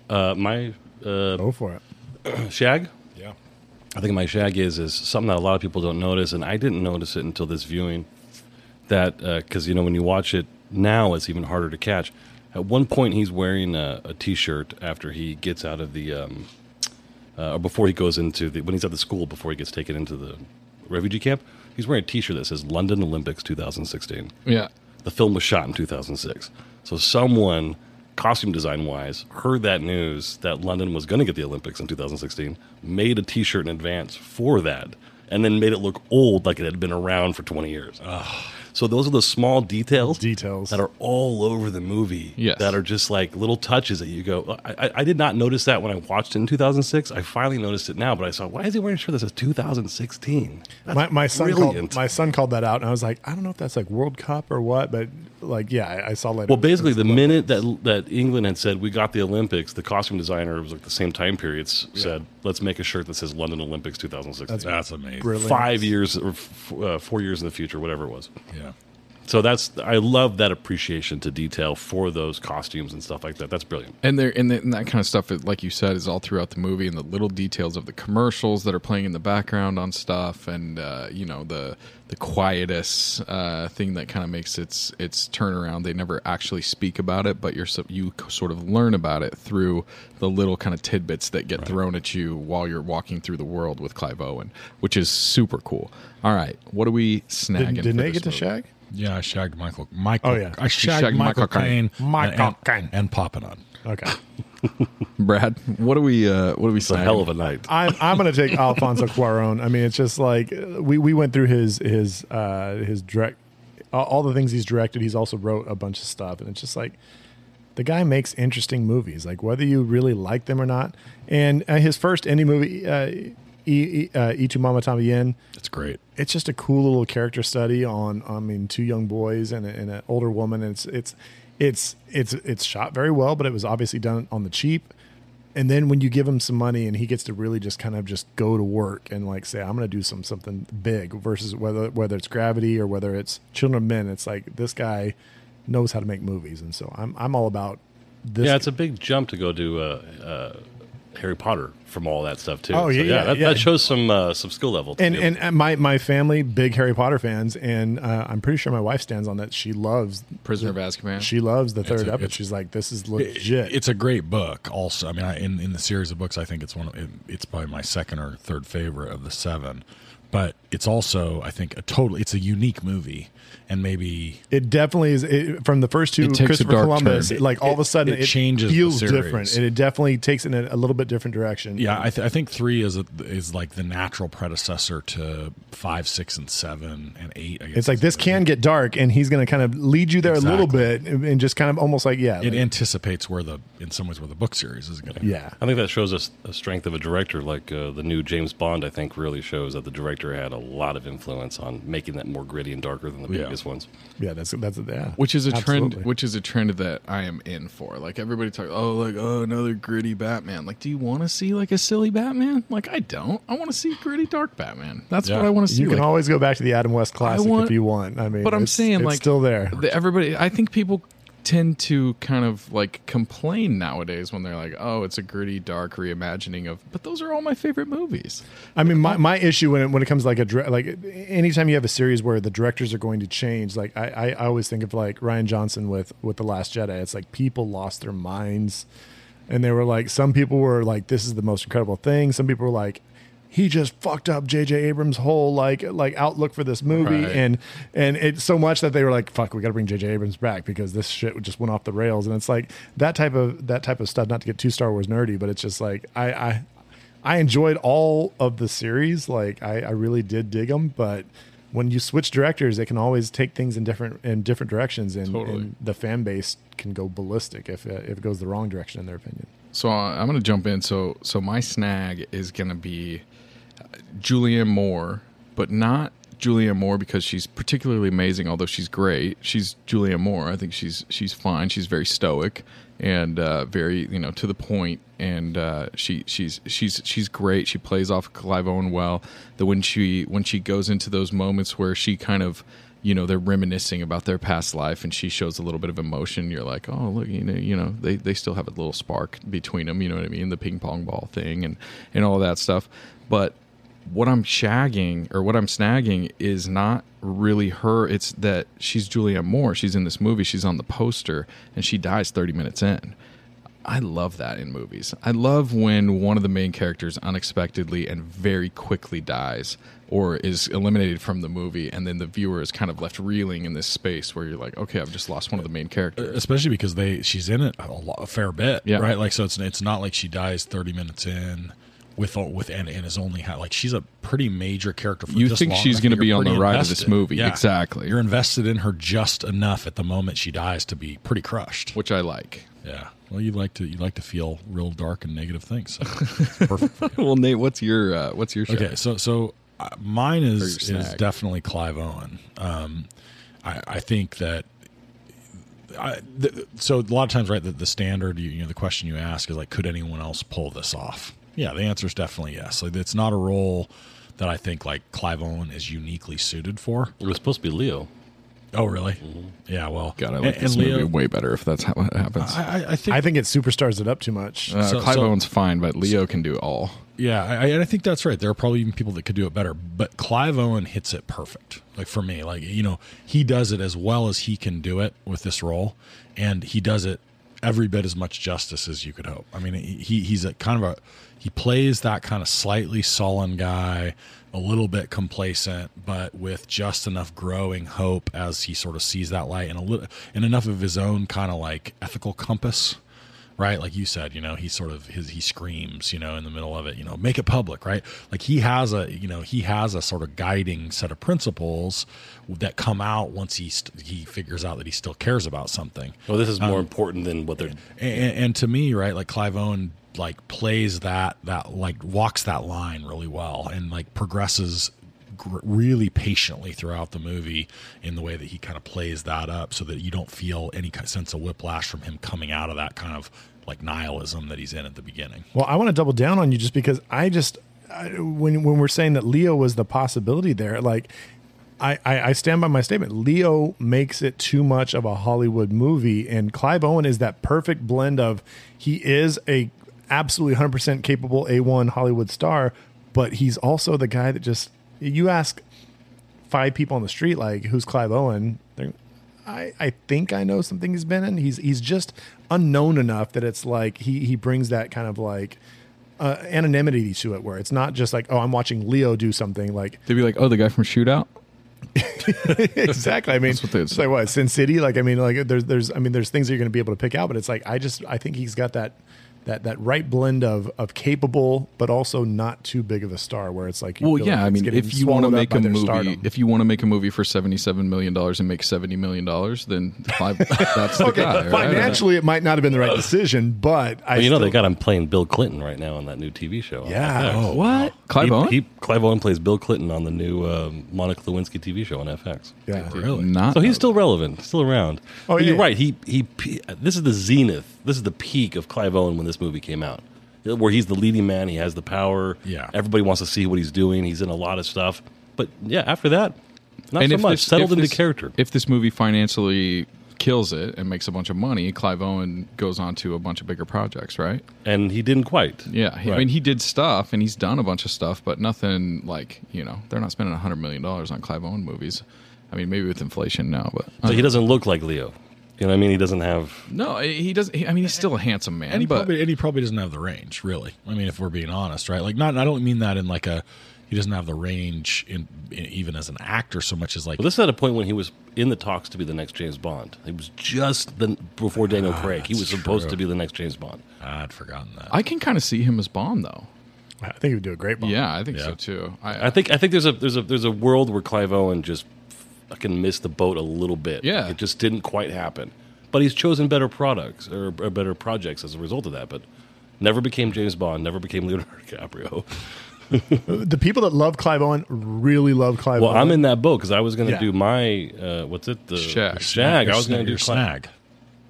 Uh, my uh,
go for
it. shag.
Yeah.
I think my shag is is something that a lot of people don't notice, and I didn't notice it until this viewing. That because uh, you know when you watch it now, it's even harder to catch. At one point, he's wearing a a t-shirt after he gets out of the, um, uh, or before he goes into the when he's at the school before he gets taken into the refugee camp. He's wearing a T-shirt that says London Olympics 2016.
Yeah,
the film was shot in 2006, so someone, costume design wise, heard that news that London was going to get the Olympics in 2016, made a T-shirt in advance for that, and then made it look old, like it had been around for 20 years. Ugh. So those are the small details,
details
that are all over the movie.
Yes.
that are just like little touches that you go. "Oh, I, I, I did not notice that when I watched it in 2006. I finally noticed it now, but I saw why is he wearing a shirt that says 2016?
My, my, son brilliant. called my son called that out, and I was like, I don't know if that's like World Cup or what, but like yeah, I, I saw later.
Well, basically, the minute that that England had said we got the Olympics, the costume designer was like the same time periods yeah. said let's make a shirt that says London Olympics 2016.
That's, that's amazing.
Brilliant. Five years or f- uh, four years in the future, whatever it was.
Yeah.
So that's I love that appreciation to detail for those costumes and stuff like that. That's brilliant.
And there and, the, and that kind of stuff, like you said, is all throughout the movie and the little details of the commercials that are playing in the background on stuff, and uh, you know the the quietest uh, thing that kind of makes its its turnaround. They never actually speak about it, but you're you sort of learn about it through the little kind of tidbits that get right. thrown at you while you're walking through the world with Clive Owen, which is super cool. All right, what do we snagging?
Did, did they get to shag?
Yeah, I shagged Michael. Michael.
Oh yeah,
I shagged, shagged Michael, Michael Caine.
Michael
Caine and, popping on.
Okay.
Brad, what do we? Uh, what do we?
It's snagging? a hell of a night.
I'm, I'm going to take Alfonso Cuarón. I mean, it's just like we we went through his his uh, his direct all the things he's directed. He's also wrote a bunch of stuff, and it's just like the guy makes interesting movies, like whether you really like them or not. And uh, his first indie movie. Uh, E, uh, Ichu Mama Tama Yen.
It's great.
It's just a cool little character study on, I mean, two young boys and, a, and an older woman. And it's, it's, it's, it's, it's shot very well, but it was obviously done on the cheap. And then when you give him some money and he gets to really just kind of just go to work and like say, I'm going to do some, something big versus whether, whether it's gravity or whether it's children of men, it's like this guy knows how to make movies. And so I'm, I'm all about this.
Yeah. It's a big jump to go do, uh, uh Harry Potter from all that stuff too.
Oh yeah, so, yeah,
yeah, that,
yeah,
that, shows some uh, some skill level.
And and uh, my my family big Harry Potter fans, and uh, I'm pretty sure my wife stands on that. She loves
Prisoner the, of Azkaban.
She loves the third episode. She's like, this is legit.
it's a great book. Also, I mean, I, in in the series of books, I think it's one. Of, it, it's probably my second or third favorite of the seven. But it's also, I think, a total. It's a unique movie, and maybe
it definitely is. It, from the first two, Christopher Columbus, it, like all of a sudden, it,
changes.
Feels different, and it definitely takes in a, a little bit different direction.
Yeah, I, th- I, think three is a, is like the natural predecessor to five, six, and seven, and eight.
it's like this can get dark, and he's going to kind of lead you there exactly. a little bit, and just kind of almost like yeah,
it
like,
anticipates where the in some ways where the book series is going to.
Yeah,
I think that shows us a strength of a director like uh, the new James Bond. I think really shows that the director had a lot of influence on making that more gritty and darker than the yeah. previous ones.
Yeah, that's that's yeah.
Which is a Absolutely. trend. Which is a trend that I am in for. Like everybody talks, oh, like oh, another gritty Batman. Like, do you want to see like a silly Batman? Like I don't. I want to see gritty dark Batman. That's yeah. what I want to see.
You can
like,
always go back to the Adam West classic want, if you want. I mean,
but I'm saying like
still there.
The, everybody, I think people tend to kind of like complain nowadays when they're like, "Oh, it's a gritty, dark reimagining of." But those are all my favorite movies.
I mean, my, my issue when it, when it comes to like a like anytime you have a series where the directors are going to change, like I, I always think of like Ryan Johnson with with the Last Jedi. It's like people lost their minds, and they were like, some people were like, "This is the most incredible thing." Some people were like, he just fucked up JJ Abrams' whole like like outlook for this movie right. and and it so much that they were like fuck we got to bring JJ Abrams back because this shit just went off the rails and it's like that type of that type of stuff not to get too Star Wars nerdy but it's just like I I I enjoyed all of the series like I I really did dig them but when you switch directors, they can always take things in different in different directions, and,
Totally.
and the fan base can go ballistic if uh, if it goes the wrong direction in their opinion.
So uh, I'm going to jump in. So so my snag is going to be uh, Julianne Moore, but not Julianne Moore because she's particularly amazing. Although she's great, she's Julianne Moore. I think she's she's fine. She's very stoic and uh, very you know to the point, And uh, she she's she's she's great. She plays off Clive Owen well. That when she when she goes into those moments where she kind of you know they're reminiscing about their past life and she shows a little bit of emotion you're like oh look you know you know they, they still have a little spark between them you know what i mean the ping pong ball thing and and all that stuff but what i'm shagging or what i'm snagging is not really her it's that she's julianne moore she's in this movie she's on the poster and she dies 30 minutes in I love that in movies. I love when one of the main characters unexpectedly and very quickly dies or is eliminated from the movie, and then the viewer is kind of left reeling in this space where you're like, okay, I've just lost one of the main characters.
especially because they she's in it a, lo- a fair bit,
Yeah.
right? Like so, it's it's not like she dies thirty minutes in with with and, and is only ha- like she's a pretty major character. For
You
just
think
long
she's
enough that
gonna
you're
be on the
pretty
ride of this
invested.
movie. Exactly.
You're invested in her just enough at the moment she dies to be pretty crushed.
Which I like.
Yeah. Well, you like to you like to feel real dark and negative things. So it's perfect for you.
Well, Nate, what's your uh, what's your show?
Okay, so so uh, mine is
Or your
is
snag.
definitely Clive Owen. Um, I, I think that. I, th- so a lot of times, right? The, the standard, you, you know, the question you ask is like, could anyone else pull this off? Yeah, the answer is definitely yes. Like, it's not a role that I think like Clive Owen is uniquely suited for.
It was supposed to be Leo.
Oh, really? Yeah. Well,
Mm-hmm. God, I
and-
like
and
this
Leo-
movie way better if that's how it happens.
I, I- I think
I think it superstars it up too much.
uh,
so-
Clive
so-
Owen's fine, but Leo can do all.
Yeah, I, I- I think that's right. There are probably even people that could do it better, but Clive Owen hits it perfect. Like for me, like you know, he does it as well as he can do it with this role, and he does it every bit as much justice as you could hope. I mean, he he's a kind of a he plays that kind of slightly sullen guy, a little bit complacent, but with just enough growing hope as he sort of sees that light and a little and enough of his own kind of like ethical compass right like you said you know he sort of his he screams you know in the middle of it you know make it public right like he has a you know he has a sort of guiding set of principles that come out once he st- he figures out that he still cares about something
Oh, this
Um,
is more important than what they're.
and, and to me, right, like Clive Owen like plays that that like walks that line really well and like progresses gr- really patiently throughout the movie in the way that he kind of plays that up so that you don't feel any kind of sense of whiplash from him coming out of that kind of like nihilism that he's in at the beginning.
Well, I want to double down on you just because I just I, when when we're saying that Leo was the possibility there, like I, I I stand by my statement. Leo makes it too much of a Hollywood movie, and Clive Owen is that perfect blend of he is a absolutely hundred percent capable A one Hollywood star, but he's also the guy that just you ask five people on the street like who's Clive Owen. They're, I, I think I know something he's been in. He's he's just unknown enough that it's like he he brings that kind of like uh, anonymity to it, where it's not just like oh I'm watching Leo do something like
They'd be like, oh, the guy from Shootout.
exactly. I mean,
That's what they'd
it's
say.
like what Sin City. Like I mean, like there's there's I mean there's things that you're going to be able to pick out, but it's like I just I think he's got that that that right blend of of capable, but also not too big of a star, where it's like you
Well,
feel
yeah,
like
I
it's
mean,
getting
if you want to
swallowed up
make
by
a
their
movie,
stardom.
if you want to make a movie for seventy-seven million dollars and make seventy million dollars, then Clive, that's the
okay,
guy. right?
financially it might not have been the right decision, but I
Well, you know, they
still-
got him playing Bill Clinton right now on that new TV show.
yeah.
Oh,
What? Clive
he,
Owen?
He, Clive Owen plays Bill Clinton on the new um, Monica Lewinsky TV show on FX.
yeah.
really?
Not.
So he's still relevant, still around.
Oh,
but
yeah,
you're
yeah.
right. He he. pe- This is the zenith. This is the peak of Clive Owen when this movie came out, where he's the leading man. He has the power.
Yeah.
Everybody wants to see what he's doing. He's in a lot of stuff. But yeah, after that, not so
if
much.
this-
Settled
if
into
this-
character.
If this movie financially kills it and makes a bunch of money, Clive Owen goes on to a bunch of bigger projects, right?
and he didn't quite.
Yeah, he- I
Right.
mean, he did stuff and he's done a bunch of stuff, but nothing like you know they're not spending hundred million dollars on Clive Owen movies. I mean, maybe with inflation now, but uh,
So he doesn't look like Leo. You know what I mean? He doesn't have.
no, he doesn't. He, I mean, he's still a handsome man,
and he
but
probably and he probably doesn't have the range, really. I mean, if we're being honest, right? Like, not I don't mean that in like a he doesn't have the range in, in even as an actor so much as like
Well, this is at a point when he was in the talks to be the next James Bond. It was just the, before
Ah,
Daniel Craig. He was
that's
supposed
true.
to be the next James Bond.
I'd "Ah, forgotten that.
I can kind of see him as Bond though.
I think he would do a great Bob.
Yeah, I think
Yeah.
so too.
I think I think there's a there's a there's a world where Clive Owen just fucking missed the boat a little bit.
Yeah.
it just didn't quite happen. But he's chosen better products or, or better projects as a result of that. But never became James Bond. Never became Leonardo DiCaprio.
The people that love Clive Owen really love Clive
Well,
Owen.
I'm in that boat because I was going to
Yeah.
do my uh, what's it the
Shag.
Shag. I
Your
was going
sna-
to do
your
Clive.
snag.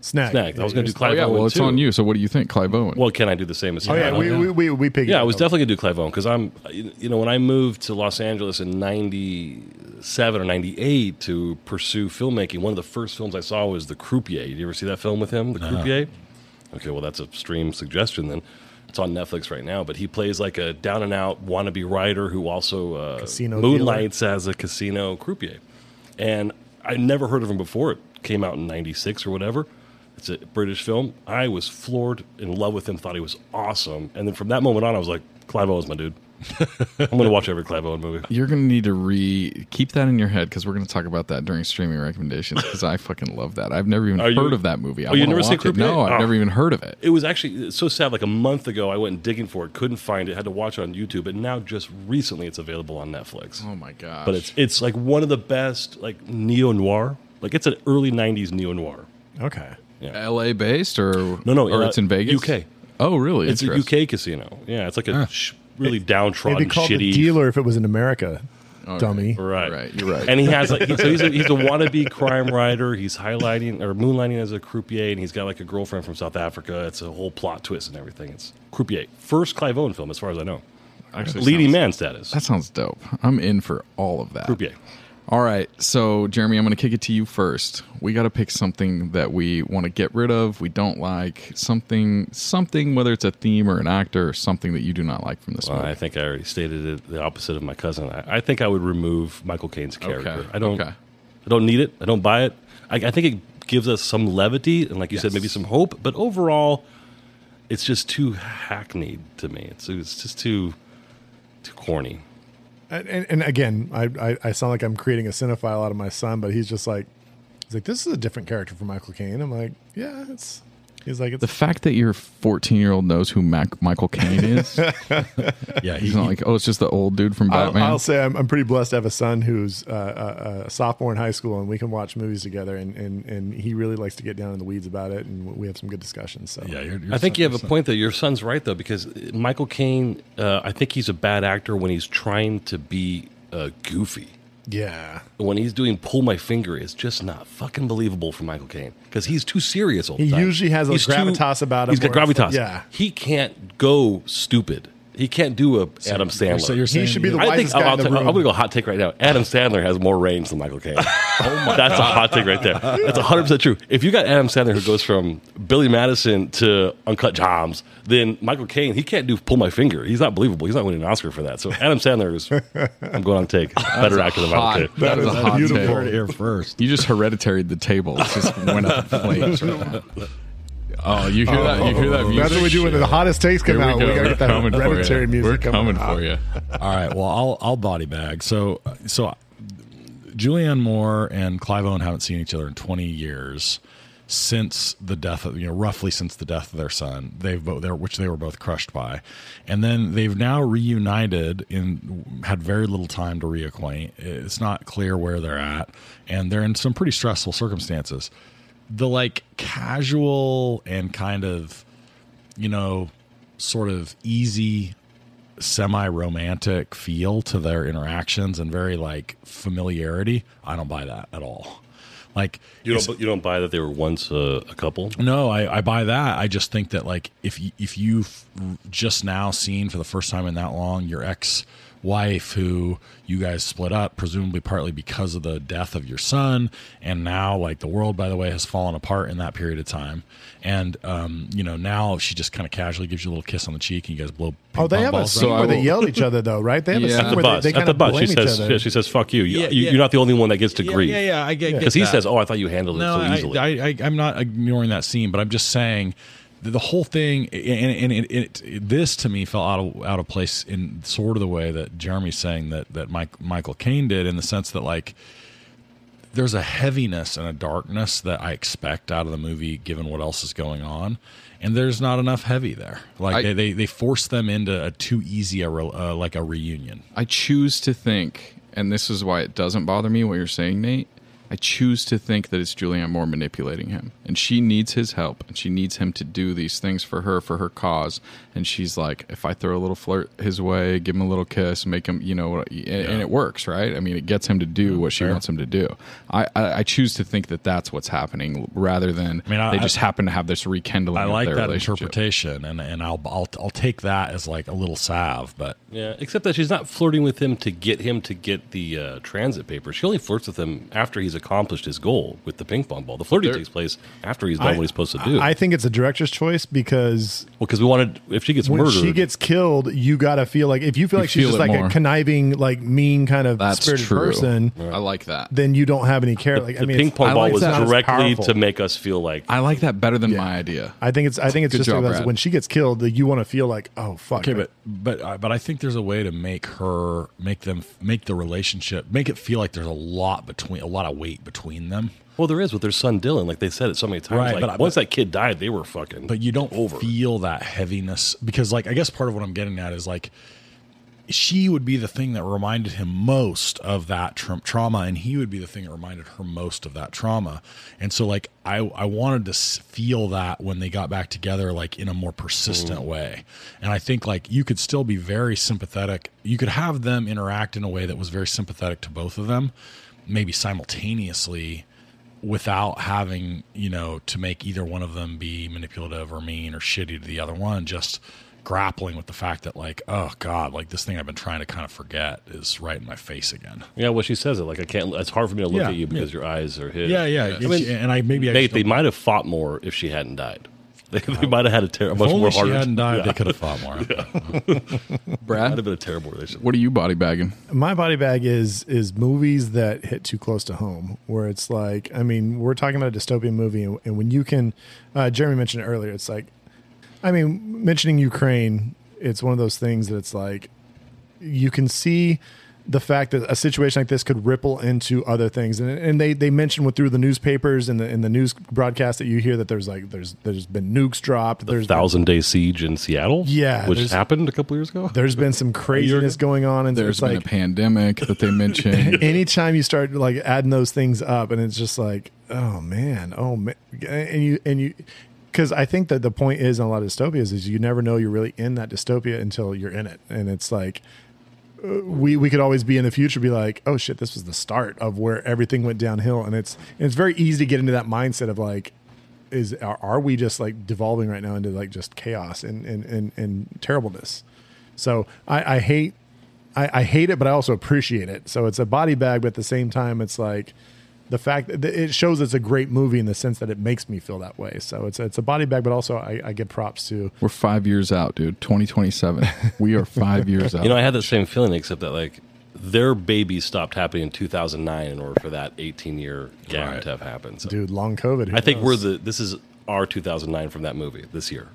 Snag.
Snag. I was going to do
Oh
Clive
yeah,
Owen
well it's
too.
on you. So what do you think, Clive Owen?
Well, can I do the same as
Oh,
him? I
yeah,
don't
we,
know.
we, we, we picked
Yeah,
it
I was
up.
definitely gonna do Clive Owen because I'm, you know, when I moved to Los Angeles in '97 or '98 to pursue filmmaking, one of the first films I saw was The Croupier. Did you ever see that film with him, The Croupier? Okay, well that's a stream suggestion then. It's on Netflix right now, but he plays like a down and out wannabe writer who also uh,
Casino
moonlights as a casino croupier. And I never heard of him before. It came out in '96 or whatever. It's a British film. I was floored, in love with him, thought he was awesome. And then from that moment on, I was like, Clive Owen's my dude. I'm going to watch every Clive Owen movie.
You're gonna need to re keep that in your head because we're gonna talk about that during streaming recommendations because I fucking love that. I've never even
Are you-
heard of that movie. I
Oh, you've
wanna
never seen
watch it.
Croupier?
No, I've
Oh.
never even heard of it.
It was actually it's so sad. Like a month ago, I went digging for it, couldn't find it, had to watch it on YouTube, and now just recently it's available on Netflix.
Oh my gosh!
But it's it's like one of the best like neo noir. Like it's an early '90s neo noir.
Okay.
L.A. based or
No, no,
or
uh,
it's in Vegas,
UK.
Oh, really?
It's a
Interesting.
UK casino. Yeah, it's like a sh- really
It'd be
downtrodden,
called
shitty
the dealer if it was in America, dummy.
Right.
Right, you're right.
And he has like he- so he's a, he's a wannabe crime writer. He's highlighting or moonlighting as a croupier, and he's got like a girlfriend from South Africa. It's a whole plot twist and everything. It's croupier, first Clive Owen film, as far as I know.
Actually,
Leading
sounds-
man status.
That sounds dope. I'm in for all of that.
Croupier.
All right, so Jeremy, I'm going to kick it to you first. We got to pick something that we want to get rid of, we don't like, something, something, whether it's a theme or an actor or something that you do not like from this
Well,
movie.
Uh, I think I already stated it, the opposite of my cousin. I, I think I would remove Michael Caine's character.
Okay,
I don't.
okay.
I don't need it. I don't buy it. I, I think it gives us some levity and, like you said,
Yes.
maybe some hope. But overall, it's just too hackneyed to me. It's it's just too too corny.
And, and, and again, I, I, I sound like I'm creating a cinephile out of my son, but he's just like, he's like, this is a different character from Michael Caine. I'm like, yeah, it's. He's like, it's
the fact that your 14 year old knows who Mac- Michael Caine is,
Yeah, he,
he's not like, oh, it's just the old dude from
I'll,
Batman.
I'll say I'm, I'm pretty blessed to have a son who's uh, a, a sophomore in high school, and we can watch movies together, and, and, and he really likes to get down in the weeds about it, and we have some good discussions. So
yeah. You're,
I think you have a point though. Your son's right though, because Michael Caine, uh, I think he's a bad actor when he's trying to be uh, goofy.
yeah.
When he's doing pull my finger, it's just not fucking believable for Michael Caine because he's too serious all the
He
time.
usually has a
He's too-
gravitas about him
He's got
where it's like,
gravitas.
yeah.
he can't go stupid. He can't do a
You're,
Adam Sandler.
so you're saying
should be
you-
the
I
wisest
think
guy
I'll,
in the
t- I'm
room.
gonna go hot take right now. Adam Sandler has more range than Michael Caine. oh my, that's a hot take right there. That's 100 percent true. If you got Adam Sandler who goes from Billy Madison to Uncut Gems, then Michael Caine he can't do pull my finger. He's not believable. He's not winning an Oscar for that. So Adam Sandler is. I'm going on take better actor than Michael
Hot.
Caine.
That
That
is a
is
hot
you
beautiful.
take.
heard it here first.
You just hereditaried the table. It just went up in flames right now. Oh, you hear that? You hear that music?
That's what we do when the hottest takes come
Here
out.
we
We,
go.
gotta
We're
get that
coming for you.
hereditary music
We're coming
coming
for you.
All right. Well, I'll I'll body bag. So so Julianne Moore and Clive Owen haven't seen each other in 20 years since the death of you know roughly since the death of their son. They've both they which they were both crushed by, and then they've now reunited in had very little time to reacquaint. It's not clear where they're at, and they're in some pretty stressful circumstances. The like casual and kind of you know sort of easy semi romantic feel to their interactions and very like familiarity. I don't buy that at all. Like
You don't you don't buy that they were once a, a couple.
no, I, I buy that. I just think that like if you, if you've just now seen for the first time in that long your ex wife who you guys split up presumably partly because of the death of your son and now like the world by the way has fallen apart in that period of time and um you know now she just kind of casually gives you a little kiss on the cheek and you guys blow
Oh, they
ping-pong
have a
balls
scene
I
up.
where they
will-
yell at each other, though, right? They have
Yeah.
a
At
scene
the
The
where
bus.
they, they
At
kind
the
of
bus,
blame
she
each
says
other.
she says fuck you. You-
Yeah,
you-
yeah.
You're not the only one that gets to grieve.
Yeah, yeah, I get because
Because he says, "Oh, I thought you handled it so
I-
easily."
I, I, I'm not ignoring that scene, but I'm just saying the, the whole thing, and, and it, it, it, this to me fell out of out of place in sort of the way that Jeremy's saying that that Mike, Michael Caine did, in the sense that like there's a heaviness and a darkness that I expect out of the movie, given what else is going on, and there's not enough heavy there. Like
I-
they, they they force them into a too easy a re, uh, like a reunion.
I choose to think, and this is why it doesn't bother me what you're saying, Nate. I choose to think that it's Julianne Moore manipulating him, and she needs his help, and she needs him to do these things for her, for her cause. And she's like, if I throw a little flirt his way, give him a little kiss, make him, you know, and, and it works, right? I mean, it gets him to do what she wants him to do. I, I, I choose to think that that's what's happening, rather than
mean, I-
they just
I-
happen to have this rekindling.
I
of
like
their
that
relationship.
interpretation, and and I'll, I'll I'll take that as like a little salve, but
Yeah, except that she's not flirting with him to get him to get the uh, transit paper. She only flirts with him after he's accomplished his goal with the ping pong ball. The flirting takes place after he's done what he's supposed to do.
I think it's a director's choice because
well, because we wanted if she gets
when
murdered,
she gets killed, you gotta feel like if you feel
You
like she's
feel
just
it
like
more.
a conniving, like mean kind of
That's
spirited
true.
person,
I like that.
then you don't have any care. Like
the
I mean,
ping
it's- I
pong ball
like
was
that. It's
directly
powerful.
to make us feel like
I like that better than my idea.
I think it's I think it's
Good
just
job,
because
Brad.
when she gets killed, like, you want to feel like oh fuck.
Okay, but but I but I think there's a way to make her make them make the relationship make it feel like there's a lot between a lot of weight between them.
well, there is with their son Dylan. Like they said it so many times.
Right,
like
but I-
once that kid died, they were fucking.
But you don't feel that heaviness because like I guess part of what I'm getting at is like she would be the thing that reminded him most of that tra- trauma and he would be the thing that reminded her most of that trauma. And so like I I wanted to s- feel that when they got back together like in a more persistent way. And I think like you could still be very sympathetic. You could have them interact in a way that was very sympathetic to both of them maybe simultaneously without having you know to make either one of them be manipulative or mean or shitty to the other one just grappling with the fact that like oh god like this thing i've been trying to kind of forget is right in my face again
yeah, well, she says it like I can't. It's hard for me to look
Yeah,
at you because
yeah.
your eyes are his.
yeah yeah
I mean,
and i maybe I
Nate,
just
they
don't-
might have fought more if she hadn't died. They, they might have had a ter- a
if
much
only
more
she
harder.
hadn't died
Yeah.
they could have fought more
Might
Brad,
have been a terrible relationship.
what are you body bagging?
my body bag is is movies that hit too close to home where it's like i mean we're talking about a dystopian movie and, and when you can uh, jeremy mentioned it earlier it's like i mean mentioning ukraine it's one of those things that it's like you can see the fact that a situation like this could ripple into other things and, and they they mentioned what through the newspapers and the in the news broadcast that you hear that there's like there's there's been nukes dropped there's been-
thousand day siege in Seattle.
Yeah,
which
there's-
happened a couple years ago.
there's been some craziness going on and
There's
it's
been
like
a pandemic that they mentioned.
anytime you start like adding those things up and it's just like oh man oh man and you and you because i think that the point is in a lot of dystopias is you never know you're really in that dystopia until you're in it and it's like uh, we we could always be in the future be like oh shit this was the start of where everything went downhill and it's and it's very easy to get into that mindset of like is are, are we just like devolving right now into like just chaos and and and, and terribleness so i i hate I, I hate it, but I also appreciate it. So it's a body bag, but at the same time, it's like the fact that it shows it's a great movie in the sense that it makes me feel that way. So it's it's a body bag, but also I, I give props to.
We're five years out, dude. 2027. We are five years out.
You know, I had that same feeling, except that like their baby stopped happening in 2009 in order for that 18 year gap
Right.
to have happened. So
Dude, long COVID. who
I think
knows?
we're the this is our 2009 from that movie this year.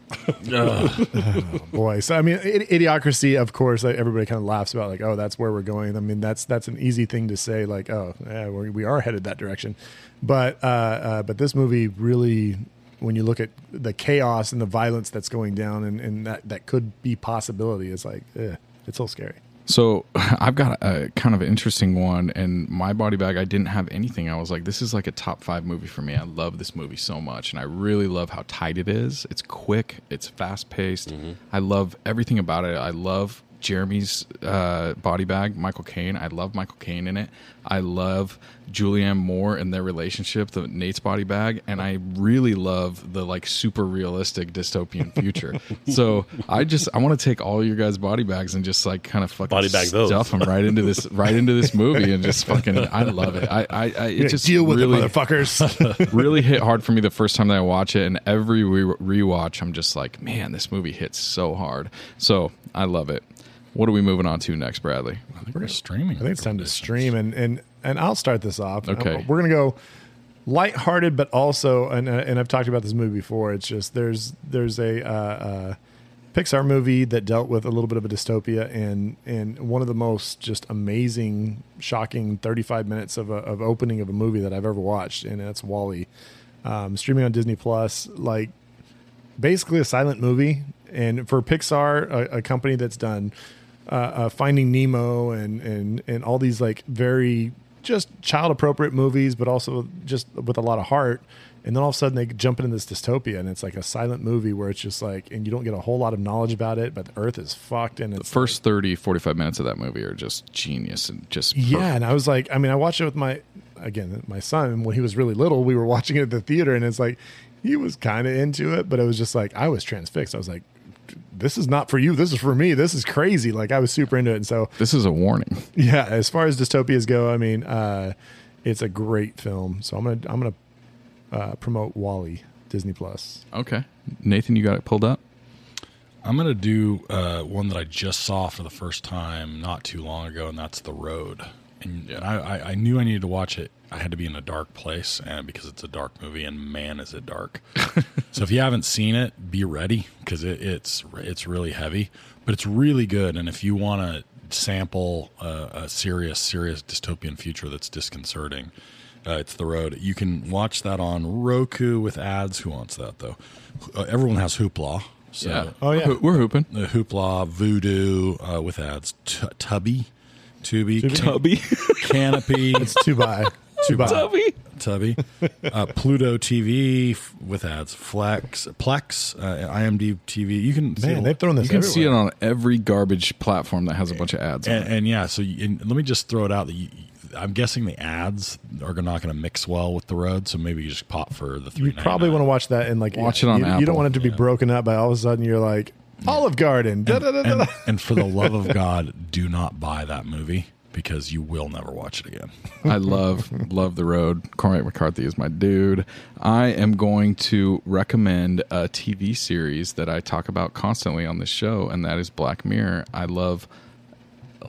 boy. So I mean, I- idiocracy. Of course, like, everybody kind of laughs about like, oh, that's where we're going. I mean, that's that's an easy thing to say. Like, oh, yeah, we're, we are headed that direction. But uh, uh, but this movie really, when you look at the chaos and the violence that's going down, and, and that that could be possibility, is like, eh, it's so scary.
So I've got a kind of interesting one, and my body bag, I didn't have anything. I was like, this is like a top five movie for me. I love this movie so much, and I really love how tight it is. It's quick, it's fast paced. I love everything about it. I love Jeremy's uh, body bag, Michael Caine. I love Michael Caine in it. I love Julianne Moore and their relationship, the Nate's body bag, and I really love the like super realistic dystopian future. so I just I want to take all your guys' body bags and just like kind of fucking
Body bag those.
stuff them right into this right into this movie and just fucking I love it. I I, I it
Yeah,
just
deal with
really,
it, motherfuckers.
really hit hard for me the first time that I watch it, and every re- rewatch, I'm just like, man, this movie hits so hard. So I love it. What are we moving on to next, Bradley?
i think we're streaming
I think it's time to stream, and and and I'll start this off.
Okay.
Um, we're gonna go lighthearted, but also, and uh, and I've talked about this movie before. It's just there's there's a uh, uh, Pixar movie that dealt with a little bit of a dystopia and and one of the most just amazing, shocking 35 minutes of a, of opening of a movie that I've ever watched, and that's Wally. Um, streaming on Disney Plus, like basically a silent movie. And for Pixar, a, a company that's done uh, uh, Finding Nemo and and and all these like very just child appropriate movies, but also just with a lot of heart. And then all of a sudden they jump into this dystopia, and it's like a silent movie where it's just like, and you don't get a whole lot of knowledge about it, but the Earth is fucked, and
The
it's
first 30, 45 minutes of that movie are just genius and just
yeah, and I was like, I mean, I watched it with my again my son when he was really little. We were watching it at the theater, and it's like he was kind of into it, but it was just like I was transfixed. I was like, this is not for you. This is for me. This is crazy. Like I was super into it, and so
This is a warning.
yeah, as far as dystopias go, I mean, uh, it's a great film. So I'm gonna I'm gonna uh, promote Wally Disney Plus.
Okay. Nathan, you got it pulled up?
I'm gonna do uh, one that I just saw for the first time not too long ago, and that's The Road. And, and I, I, I knew I needed to watch it. I had to be in a dark place, and because it's a dark movie, and man, is it dark. so if you haven't seen it, be ready because it, it's it's really heavy, but it's really good. And if you want to sample uh, a serious serious dystopian future that's disconcerting, uh, it's The Road. You can watch that on Roku with ads. Who wants that though? Uh, everyone has Hoopla. So
Oh, yeah.
We're, we're hooping.
the Hoopla, Voodoo uh, with ads, t- Tubby, Tubi, Can-
Tubby.
Canopy,
Two by two by.
Tubby.
Tubby, uh, Pluto TV f- with ads, Flex, Plex, uh, IMDb TV. You can see
Man,
it-
they've thrown this.
You can see it
everywhere.
on every garbage platform that has a bunch of ads. on
and,
it.
and yeah. So you, and let me just throw it out. That you, I'm guessing the ads are not going to mix well with the road, so maybe you just pop for the three.
You probably want to watch that and like
uh, Watch it on
you, you
Apple.
don't want it to be broken up by all of a sudden you're like Olive Garden. Da, da, da, da,
And,
da.
and for the love of God, do not buy that movie because you will never watch it again.
I love love the road. Cormac McCarthy is my dude. I am going to recommend a TV series that I talk about constantly on this show, and that is Black Mirror. I love.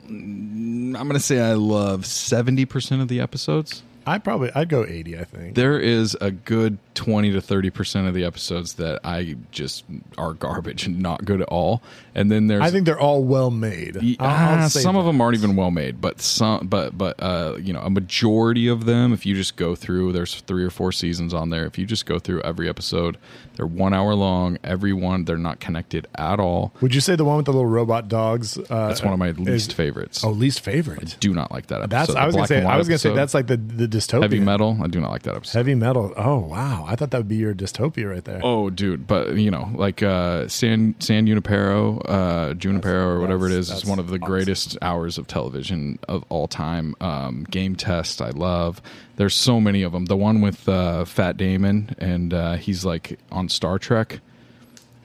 I'm going to say I love 70% of the episodes.
I probably I'd go 80, I think.
There is a good 20 to 30% of the episodes that I just are garbage and not good at all. And then there's
I think they're all well made.
Ye- ah, some of them aren't even well made, but some, but but uh, you know, a majority of them. If you just go through, there's three or four seasons on there. If you just go through every episode, they're one hour long. Every one, they're not connected at all.
Would you say the one with the little robot dogs? Uh,
That's one of my least
is-
favorites.
Oh, least favorite.
do not like that episode.
That's
The
I was gonna
black and
say. I
white
was gonna say
episode.
that's like the the dystopia.
heavy metal. I do not like that episode.
Heavy metal. Oh wow! I thought that would be your dystopia right there.
Oh, dude, but you know, like uh, San San Junipero, uh, Junipero, or whatever it
that's-
is, is
that's
one of the greatest hours of television of all time. Um, Game Test, I love. There's so many of them. The one with uh, Fat Damon, and uh, he's like on Star Trek.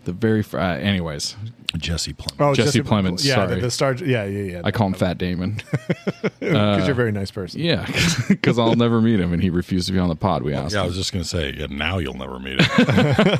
The very, fr- uh, anyways,
Jesse Plum.
Oh,
Jesse
Plemons.
Plemons,
Yeah,
sorry.
The, the star. Yeah, yeah, yeah.
I call him Fat Damon.
because
uh,
you're a very nice person.
yeah, because I'll never meet him, and he refused to be on the pod. We asked.
Yeah, I
him.
was just gonna say. Yeah, now you'll never meet it.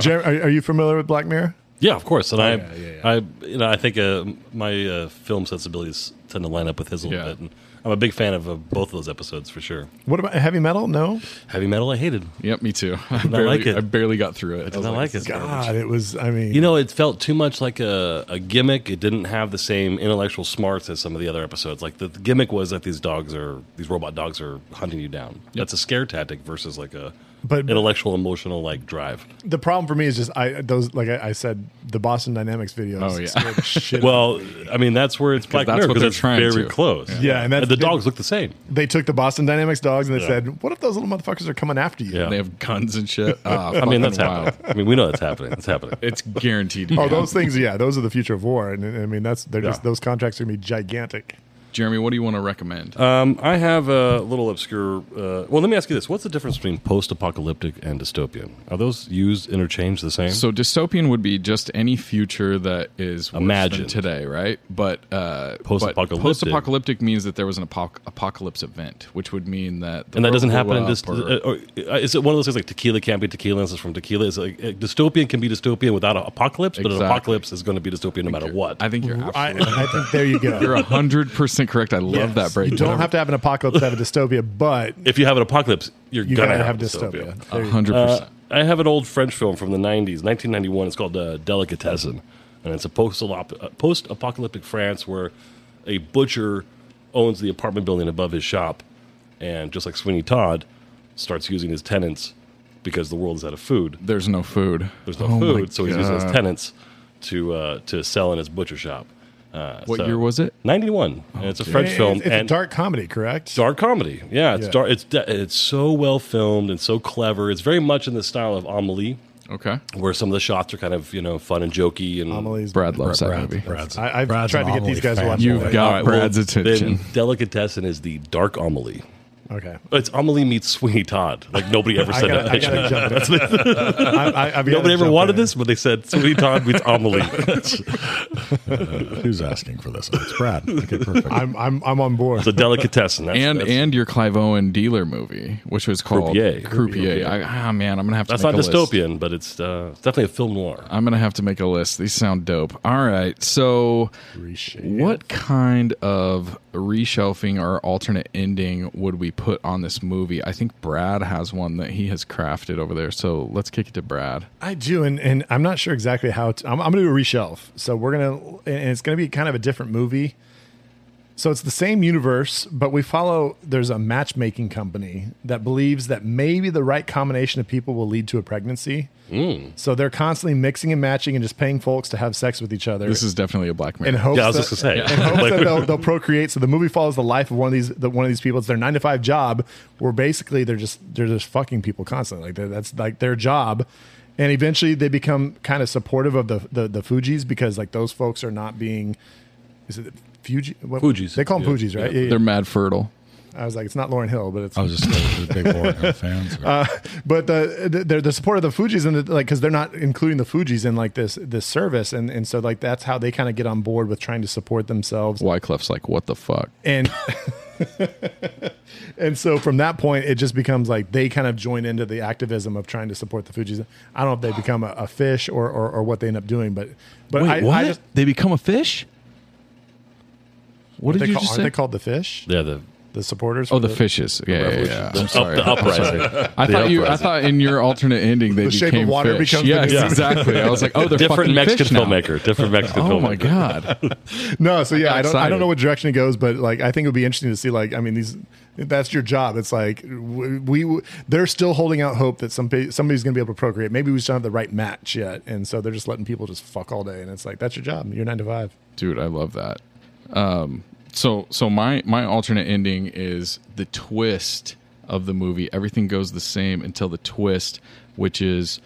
Jer- are, are you familiar with Black Mirror?
Yeah, of course. And I,
yeah, yeah,
I, you know, I think uh, my uh, film sensibilities tend to line up with his a little
Yeah.
bit. And I'm a big fan of uh, both those episodes for sure.
What about heavy metal? No.
Heavy metal, I hated.
Yep, me too. I,
not
barely,
like it.
I barely got through it.
I did not like it.
God, it was. I mean,
You know, it felt too much like a, a gimmick. It didn't have the same intellectual smarts as some of the other episodes. Like the, the gimmick was that these dogs are these robot dogs are hunting you down. That's a scare tactic versus like a
But-
intellectual, emotional like drive.
the problem for me is just I those like I, I said the Boston Dynamics videos.
Oh, yeah.
scared the shit. out
Well, I mean that's where it's Black
that's
Mirror
what
because
they're
it's
trying
very
to.
close.
Yeah, and that's-
the dogs look the same.
they took the Boston Dynamics dogs and they
Yeah.
said, "What if those little motherfuckers are coming after you?"
Yeah.
They have guns and shit. Ah,
I mean that's
wild.
happening. I mean we know that's happening. It's happening.
It's guaranteed. to
Oh,
be
those things, yeah, those are the future of war, and and I mean that's they're just
Yeah.
those contracts are gonna be gigantic.
Jeremy, what do you want to recommend?
Um, I have a little obscure. Uh, well, let me ask you this: What's the difference between post-apocalyptic and dystopian? Are those used interchanged the same?
so dystopian would be just any future that is worse
Imagined.
than today, right? But uh, but
Post-apocalyptic.
post-apocalyptic means that there was an apoc- apocalypse event, which would mean that the
and that
world
doesn't
blew
happen in
up
this.
or-
Or, or, uh, is it one of those things like tequila can't be tequila? and This is from tequila. Is like uh, dystopian can be dystopian without an apocalypse, but
Exactly.
an apocalypse is going to be dystopian no matter uh, what.
I think you're
I,
absolutely.
I think there you go.
you're hundred percent correct. I love that break.
You don't have to have an apocalypse to have a dystopia, but
if you have an apocalypse, you're
you
gonna
gotta
have,
have
dystopia.
dystopia. There you go.
hundred
Uh,
percent.
I have an old French film from the '90s, 1991. It's called uh, Delicatessen. and it's a post apocalyptic France where a butcher owns the apartment building above his shop, and just like Sweeney Todd, starts using his tenants because the world is out of food.
There's no food. Oh
There's no food, so he's using his tenants to uh, to sell in his butcher shop. Uh,
What
so-
year was it?
91. and it's a French
It's-
film.
It's, a
and
dark comedy, correct?
dark comedy. Yeah, it's
Yeah.
dark. It's de- it's so well filmed and so clever. It's very much in the style of Amelie,
Okay.
where some of the shots are kind of you know fun and jokey and
Amelie's
Brad loves that movie.
Brad's,
I- I've
Brad's
tried
an
to get these
Amelie
guys to
fanboy.
watch
You've
Boy.
got
All right, well,
Brad's attention.
Then Delicatessen is the dark Amelie.
Okay.
It's Amelie meets Sweeney Todd. Like nobody ever
I
said
gotta,
that.
I gotta jump in. I, I, I've gotta
Nobody ever
jump
wanted
in.
this, but they said Sweeney Todd meets Amelie.
Who's asking for this? It's Brad. Okay, perfect.
I'm, I'm, I'm on board.
It's a delicatessen. That's,
and
that's,
and your Clive Owen dealer movie, which was called
Croupier.
Croupier. I, ah man, I'm gonna have to.
that's
make
not
a list.
dystopian, but it's uh, it's definitely a film noir.
I'm gonna have to make a list. These sound dope. All right, so what kind of reshelving or alternate ending would we put on this movie? I think Brad has one that he has crafted over there. So let's kick it to Brad.
I do, and, and I'm not sure exactly how to. I'm, I'm going to do a reshelf. So we're going to, and it's going to be kind of a different movie. So it's the same universe, but we follow. There's a matchmaking company that believes that maybe the right combination of people will lead to a pregnancy.
Hmm.
So they're constantly mixing and matching and just paying folks to have sex with each other.
This is definitely a Black
in
Mirror.
hopes
Yeah, I was
that,
just gonna say.
in hopes
Like-
that they'll, they'll procreate. So the movie follows the life of one of these the, one of these people. It's their nine to five job, where basically they're just they're just fucking people constantly. Like they're- that's like their job, and eventually they become kind of supportive of the the, the Fujis because like those folks are not being is it Fuji what,
Fugees.
They call them
Yeah.
Fujis, right?
Yeah.
Yeah, yeah.
They're mad fertile.
I was like, it's not Lauren Hill, but it's
I was just a big Lauren fans.
Uh, but the, the they're the support of the Fugees and the, like because they're not including the Fugees in like this this service, and and so like that's how they kind of get on board with trying to support themselves.
Wyclef's like, what the fuck?
and and so from that point it just becomes like they kind of join into the activism of trying to support the Fujis. I don't know if they become a, a fish or, or or what they end up doing, but but I, I just
they become a fish? What
they
did you
call,
just
aren't
say?
they called the fish?
Yeah, the,
The supporters?
oh,
for
the fishes. Yeah, yeah, yeah. I'm
up,
sorry.
the uprising.
I thought you. I thought in your alternate ending they
The Shape of
became
Water
fish.
becomes the
yes,
new-
exactly. I was like, oh, they're
different
fucking
Mexican
fish now.
filmmaker. Different Mexican filmmaker.
Oh my god!
No, so yeah,
got
I don't I
excited.
don't know what direction it goes, but like I think it would be interesting to see like I mean these that's your job. It's like w- we, we they're still holding out hope that some somebody's going to be able to procreate. Maybe we just don't have the right match yet, and so they're just letting people just fuck all day. And it's like that's your job. You're nine to five.
Dude, I love that. Um, so, so my my alternate ending is the twist of the movie. Everything goes the same until the twist, which is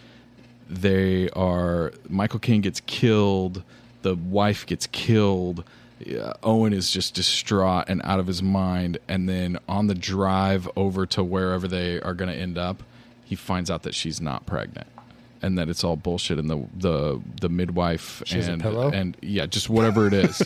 they are Michael Caine gets killed, the wife gets killed. yeah, Owen is just distraught and out of his mind, and then on the drive over to wherever they are going to end up, he finds out that she's not pregnant, and that it's all bullshit. And the the the midwife
has a
and
pillow?
and yeah, just whatever it is,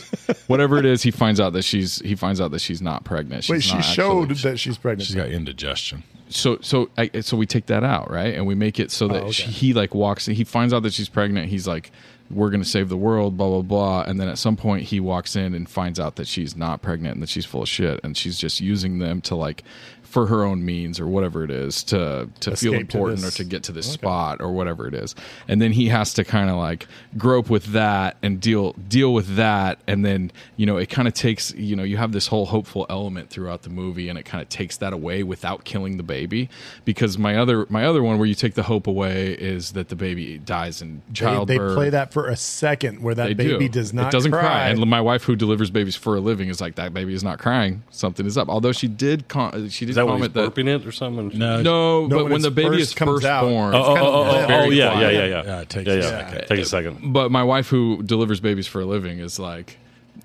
whatever it is, he finds out that she's he finds out that she's not pregnant. She's
Wait, she
not
showed
actually-
that she's pregnant.
She's got indigestion.
so so I, so we take that out right and we make it so that
Oh, okay.
she, he like walks he finds out that she's pregnant he's like we're gonna save the world blah blah blah and then at some point he walks in and finds out that she's not pregnant and that she's full of shit and she's just using them to like for her own means or whatever it is to to feel
Escape to
important
this-
or to get to this spot or whatever it is and then he has to kind of like grope with that and deal deal with that and then you know it kind of takes you know you have this whole hopeful element throughout the movie and it kind of takes that away without killing the baby because my other my other one where you take the hope away is that the baby dies in
They,
childbirth
they play that for a second where that
They do.
baby does not
it doesn't cry.
cry.
and my wife who delivers babies for a living is like that baby is not crying something is up although she did con- she did
Is that when he's
comment that
burping it or something?
No,
no,
No,
but
when
when,
it's
the baby
first
is
comes
first
out.
born,
Oh, oh,
kind
oh,
of
oh, oh,
very
yeah, yeah,
quiet.
yeah, yeah.
Yeah, it takes
yeah,
a
yeah.
second.
Take a second.
but my wife who delivers babies for a living is like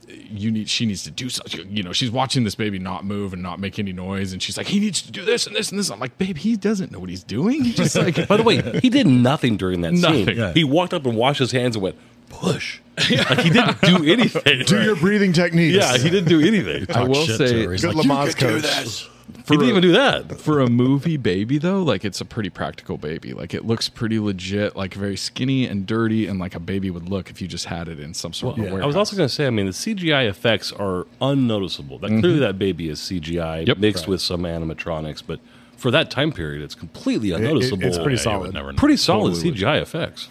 you need she needs to do something you know she's watching this baby not move and not make any noise and she's like he needs to do this and this and this i'm like babe he doesn't know what he's doing he's just like
By the way, he did nothing during that scene.
Nothing.
Yeah.
He walked up and washed his hands and went, push. like he didn't do anything.
do your breathing techniques.
yeah, he didn't do anything.
i will
Shit to
say
her. He's
Good
like, you
Lamaze
could do
coach.
this.
for
he didn't
a-
even do that.
for a movie baby though like it's a pretty practical baby like it looks pretty legit like very skinny and dirty and like a baby would look if you just had it in some sort of
I was
warehouse.
also going to say, I mean, the CGI effects are unnoticeable. That clearly that baby is CGI
Yep.
mixed with some animatronics, but for that time period, it's completely
It- it-
unnoticeable.
it's pretty
Yeah, you would
solid.
never know.
Pretty solid
Totally
CGI effects.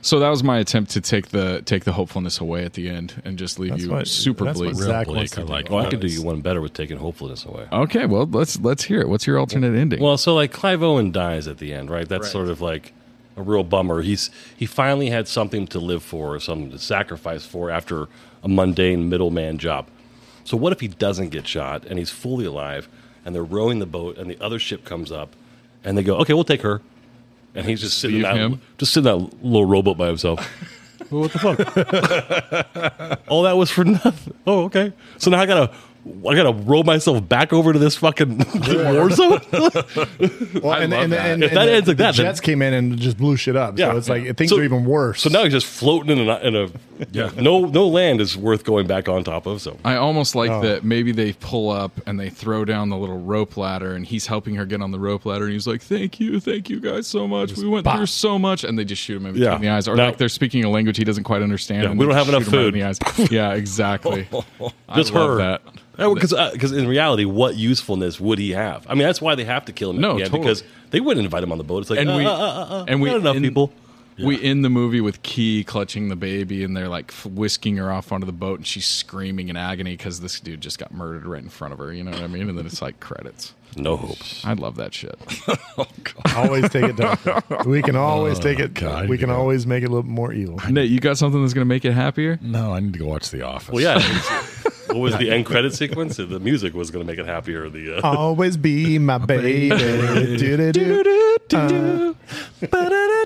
So that was my attempt to take the take the hopefulness away at the end and just leave
That's
you
what-
super
that's what
bleak.
Zach
Blake,
wants to
I
do.
like. Well, Oh, I could do you one better with taking hopefulness away.
Okay, well let's let's hear it. What's your alternate ending?
Well, so like Clive Owen dies at the end, right? That's sort of like a real bummer. He's he finally had something to live for, or something to sacrifice for after a mundane middleman job. So what if he doesn't get shot and he's fully alive and they're rowing the boat and the other ship comes up and they go, "Okay, we'll take her." And he's just sitting in
Leave
that
him?
just sitting in that little rowboat by himself. well, what the fuck? All that was for nothing. Oh, okay. So now I gotta, I gotta row myself back over to this fucking war zone.
Well, and,
love
and,
that.
and-
If
and
that
the-
ends
the
like that, then-
Jets came in and just blew shit up.
Yeah.
so it's like things
So-
are even worse.
So now he's just floating in a, in a yeah. No, no land is worth going back on top of. So
I almost like
Oh.
that maybe they pull up and they throw down the little rope ladder and he's helping her get on the rope ladder and he's like, Thank you, thank you guys so much. We went through so much and they just shoot him in between
Yeah.
the eyes. Or
Now-
like they're speaking a language he doesn't quite understand.
Yeah,
and
we
they
don't have
shoot
enough
him right
food.
in the eyes. Yeah, exactly. I
just
love
her
that.
because uh, in reality, what usefulness would he have? I mean, that's why they have to kill him. at
No,
the end,
totally.
because they wouldn't invite him on the boat. It's like
and
uh,
we
uh, uh, uh,
and we
not enough
end-
people.
We end the movie with Key clutching the baby, and they're like f- whisking her off onto the boat, and she's screaming in agony because this dude just got murdered right in front of her. You know what I mean? And then it's like credits.
No hope.
I love that shit.
always take it dark. We can always take it.
God,
we can
yeah.
always make it a little more evil.
Nate, you got something that's gonna make it happier?
No, I need to go watch The Office.
Well, yeah. it's- what was the end credit sequence? The music was going to make it happier. The uh,
always be my baby. Doo-doo-doo. Uh.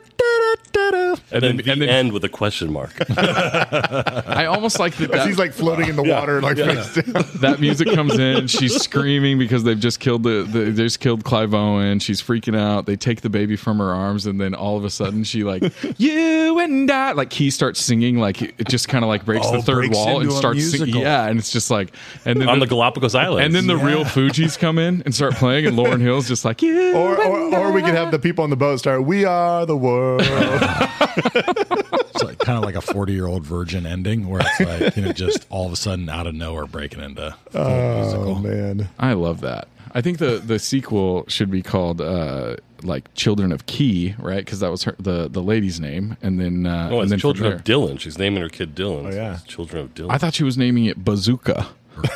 and then,
and-
the
and then-
end with a question mark.
I almost like that. that
He's like floating in the water, like face down.
that music comes in. She's screaming because they've just killed the, the they just killed Clive Owen. She's freaking out. They take the baby from her arms, and then all of a sudden she like you and I like he starts singing like it just kind of like breaks
Oh,
the third
breaks
wall and
into a
starts singing.
musical.
Yeah, and it's just like and then
on
the,
the Galapagos Islands.
and then the
Yeah.
real Fugees come in and start playing, and Lauren Hill's just like you
Or,
and
or, or we
I."
could have the people on the boat start. We are the world.
It's like, kind of like a 40 year old virgin ending where it's like, you know, just all of a sudden out of nowhere breaking into full
oh
musical.
man.
I love that. I think the the sequel should be called uh like Children of Key, right? Because that was her the the lady's name, and then uh,
oh,
and
it's
then from
Children of
there-
Dylan. She's naming her kid Dylan. so
yeah.
it's Children of Dylan.
I thought she was naming it Bazooka.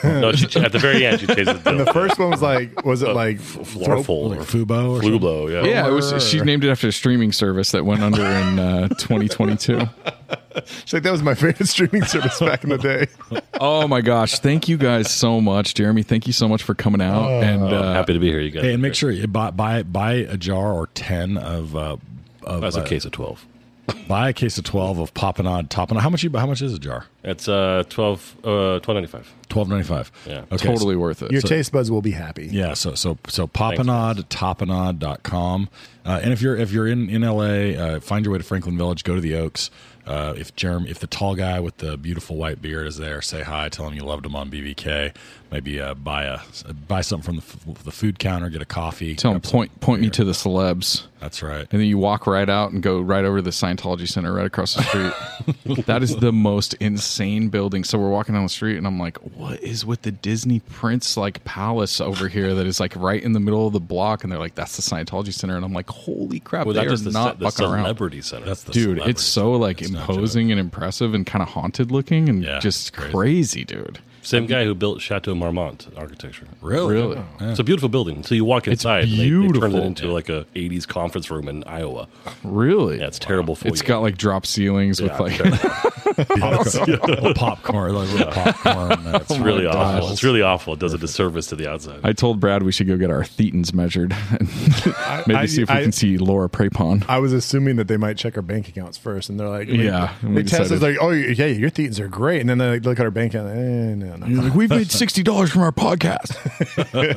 no, she, at the very end, she changes it. to
The
Dylan.
first one was like, was
Uh,
it like
Florful or
Like Fubo or something.
Flublo, yeah.
Yeah, it was. She
Or-
named it after a streaming service that went under in uh, 2022.
She's like, that was my favorite streaming service back in the day.
Oh my gosh! Thank you guys so much, Jeremy. Thank you so much for coming out. and
I'm
uh,
happy to be here, you guys.
Hey, and make sure you buy, buy, buy a jar or 10 of, uh, of
that's a
uh,
case of twelve.
buy a case of 12 of Popinod Toppinod. How much you, how much is a jar?
It's uh twelve uh twelve ninety five.
12.95.
Yeah.
Okay,
totally worth it.
Your taste buds will be happy.
Yeah, so so so Popinod, Toppinod.com. Uh, and if you're if you're in in LA, uh, find your way to Franklin Village, go to the Oaks. Uh, if Jeremy, if the tall guy with the beautiful white beard is there, say hi, tell him you loved him on BBK. Maybe uh, buy a buy something from the, f- the food counter, get a coffee.
Tell them point point me to the celebs,
That's right.
and then you walk right out and go right over to the Scientology Center right across the street. that is the most insane building. So we're walking down the street, and I'm like, "What is with the Disney Prince like palace over here that is like right in the middle of the block?" And they're like, "That's the Scientology Center," and I'm like, "Holy crap!
Well,
they
that
are
just the, ce-
not
the
fucking around."
celebrity center.
That's the
dude
celebrity.
it's so like
It's not
imposing and impressive and kind of haunted looking and
Yeah,
just
it's crazy.
crazy. dude
same guy who built Chateau Marmont architecture.
really
really
It's a beautiful building. So you walk inside, and they- They, turned
beautiful.
it into like a '80s conference room in Iowa.
really
Yeah, it's terrible for
it's
you.
got like drop ceilings
Yeah,
with like
Little popcorn, like little popcorn. That's
it's
Oh
really awful.
dials.
It's really awful. It does a disservice to the outside.
I told Brad we should go get our thetans measured and maybe
I-
see if we
I-
can see Laura Prepon.
I was assuming that they might check our bank accounts first, and they're like,
Yeah, and we
They test us
decided-
like, oh yeah, your thetans are great, and then they like, look at our bank account, eh, no, no.
like, we've made sixty dollars from our podcast.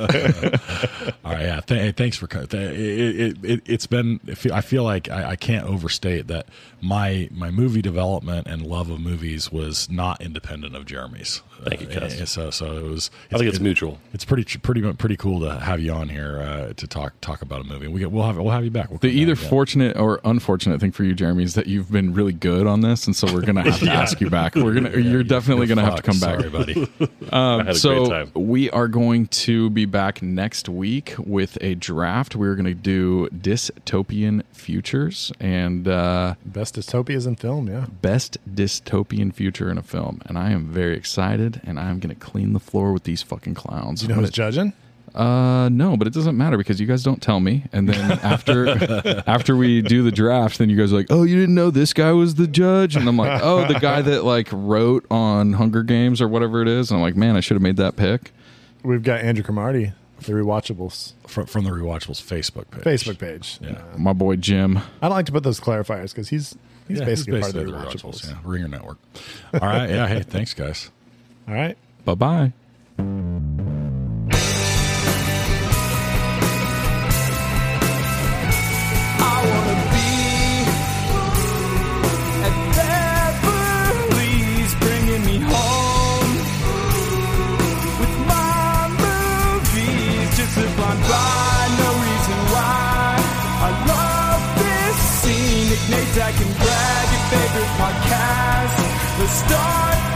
All right, yeah. Th- hey, thanks for co- th- it, it, it. It's been. I feel- I feel like I, I can't overstate that my my movie development and love of movies was not independent of Jeremy's.
Thank you, Cass.
Uh, so, so it was.
I think it's mutual.
It's pretty, ch- pretty, mu- pretty cool to have you on here uh, to talk talk about a movie. We get, we'll have we'll have you back. We'll
The
come back
either
again.
fortunate or unfortunate thing for you, Jeremy, is that you've been really good on this, and so we're gonna have to ask you back. We're gonna, you're definitely
You're
gonna have to come
fucked.
back.
Sorry, buddy.
I had a
so
great time.
we are going to be back next week with a draft. We're going to do dystopian futures and uh,
Best dystopias in film, yeah.
best dystopian future in a film, and I am very excited. And I'm going to clean the floor with these fucking clowns.
You know
I'm
who's
gonna-
judging?
uh, no, but it doesn't matter because you guys don't tell me. And then after after we do the draft, then you guys are like, oh, you didn't know this guy was the judge, and I'm like, oh, the guy that like wrote on Hunger Games or whatever it is, and I'm like, man, I should have made that pick.
We've got Andrew Cromartie, the rewatchables
from, from the Rewatchables Facebook page.
Facebook page.
Yeah.
My boy Jim.
I like to put those clarifiers because he's he's
Yeah,
basically
it's
part of the rewatchables.
Yeah, Ringer Network. All right. Yeah. Hey, thanks, guys.
All right.
Bye bye.
I wanna be at Beverly's, bringing me home with my movies. Just a blind by, no reason why. I love this scene. Nick Nate, I can brag your favorite podcast. Let's start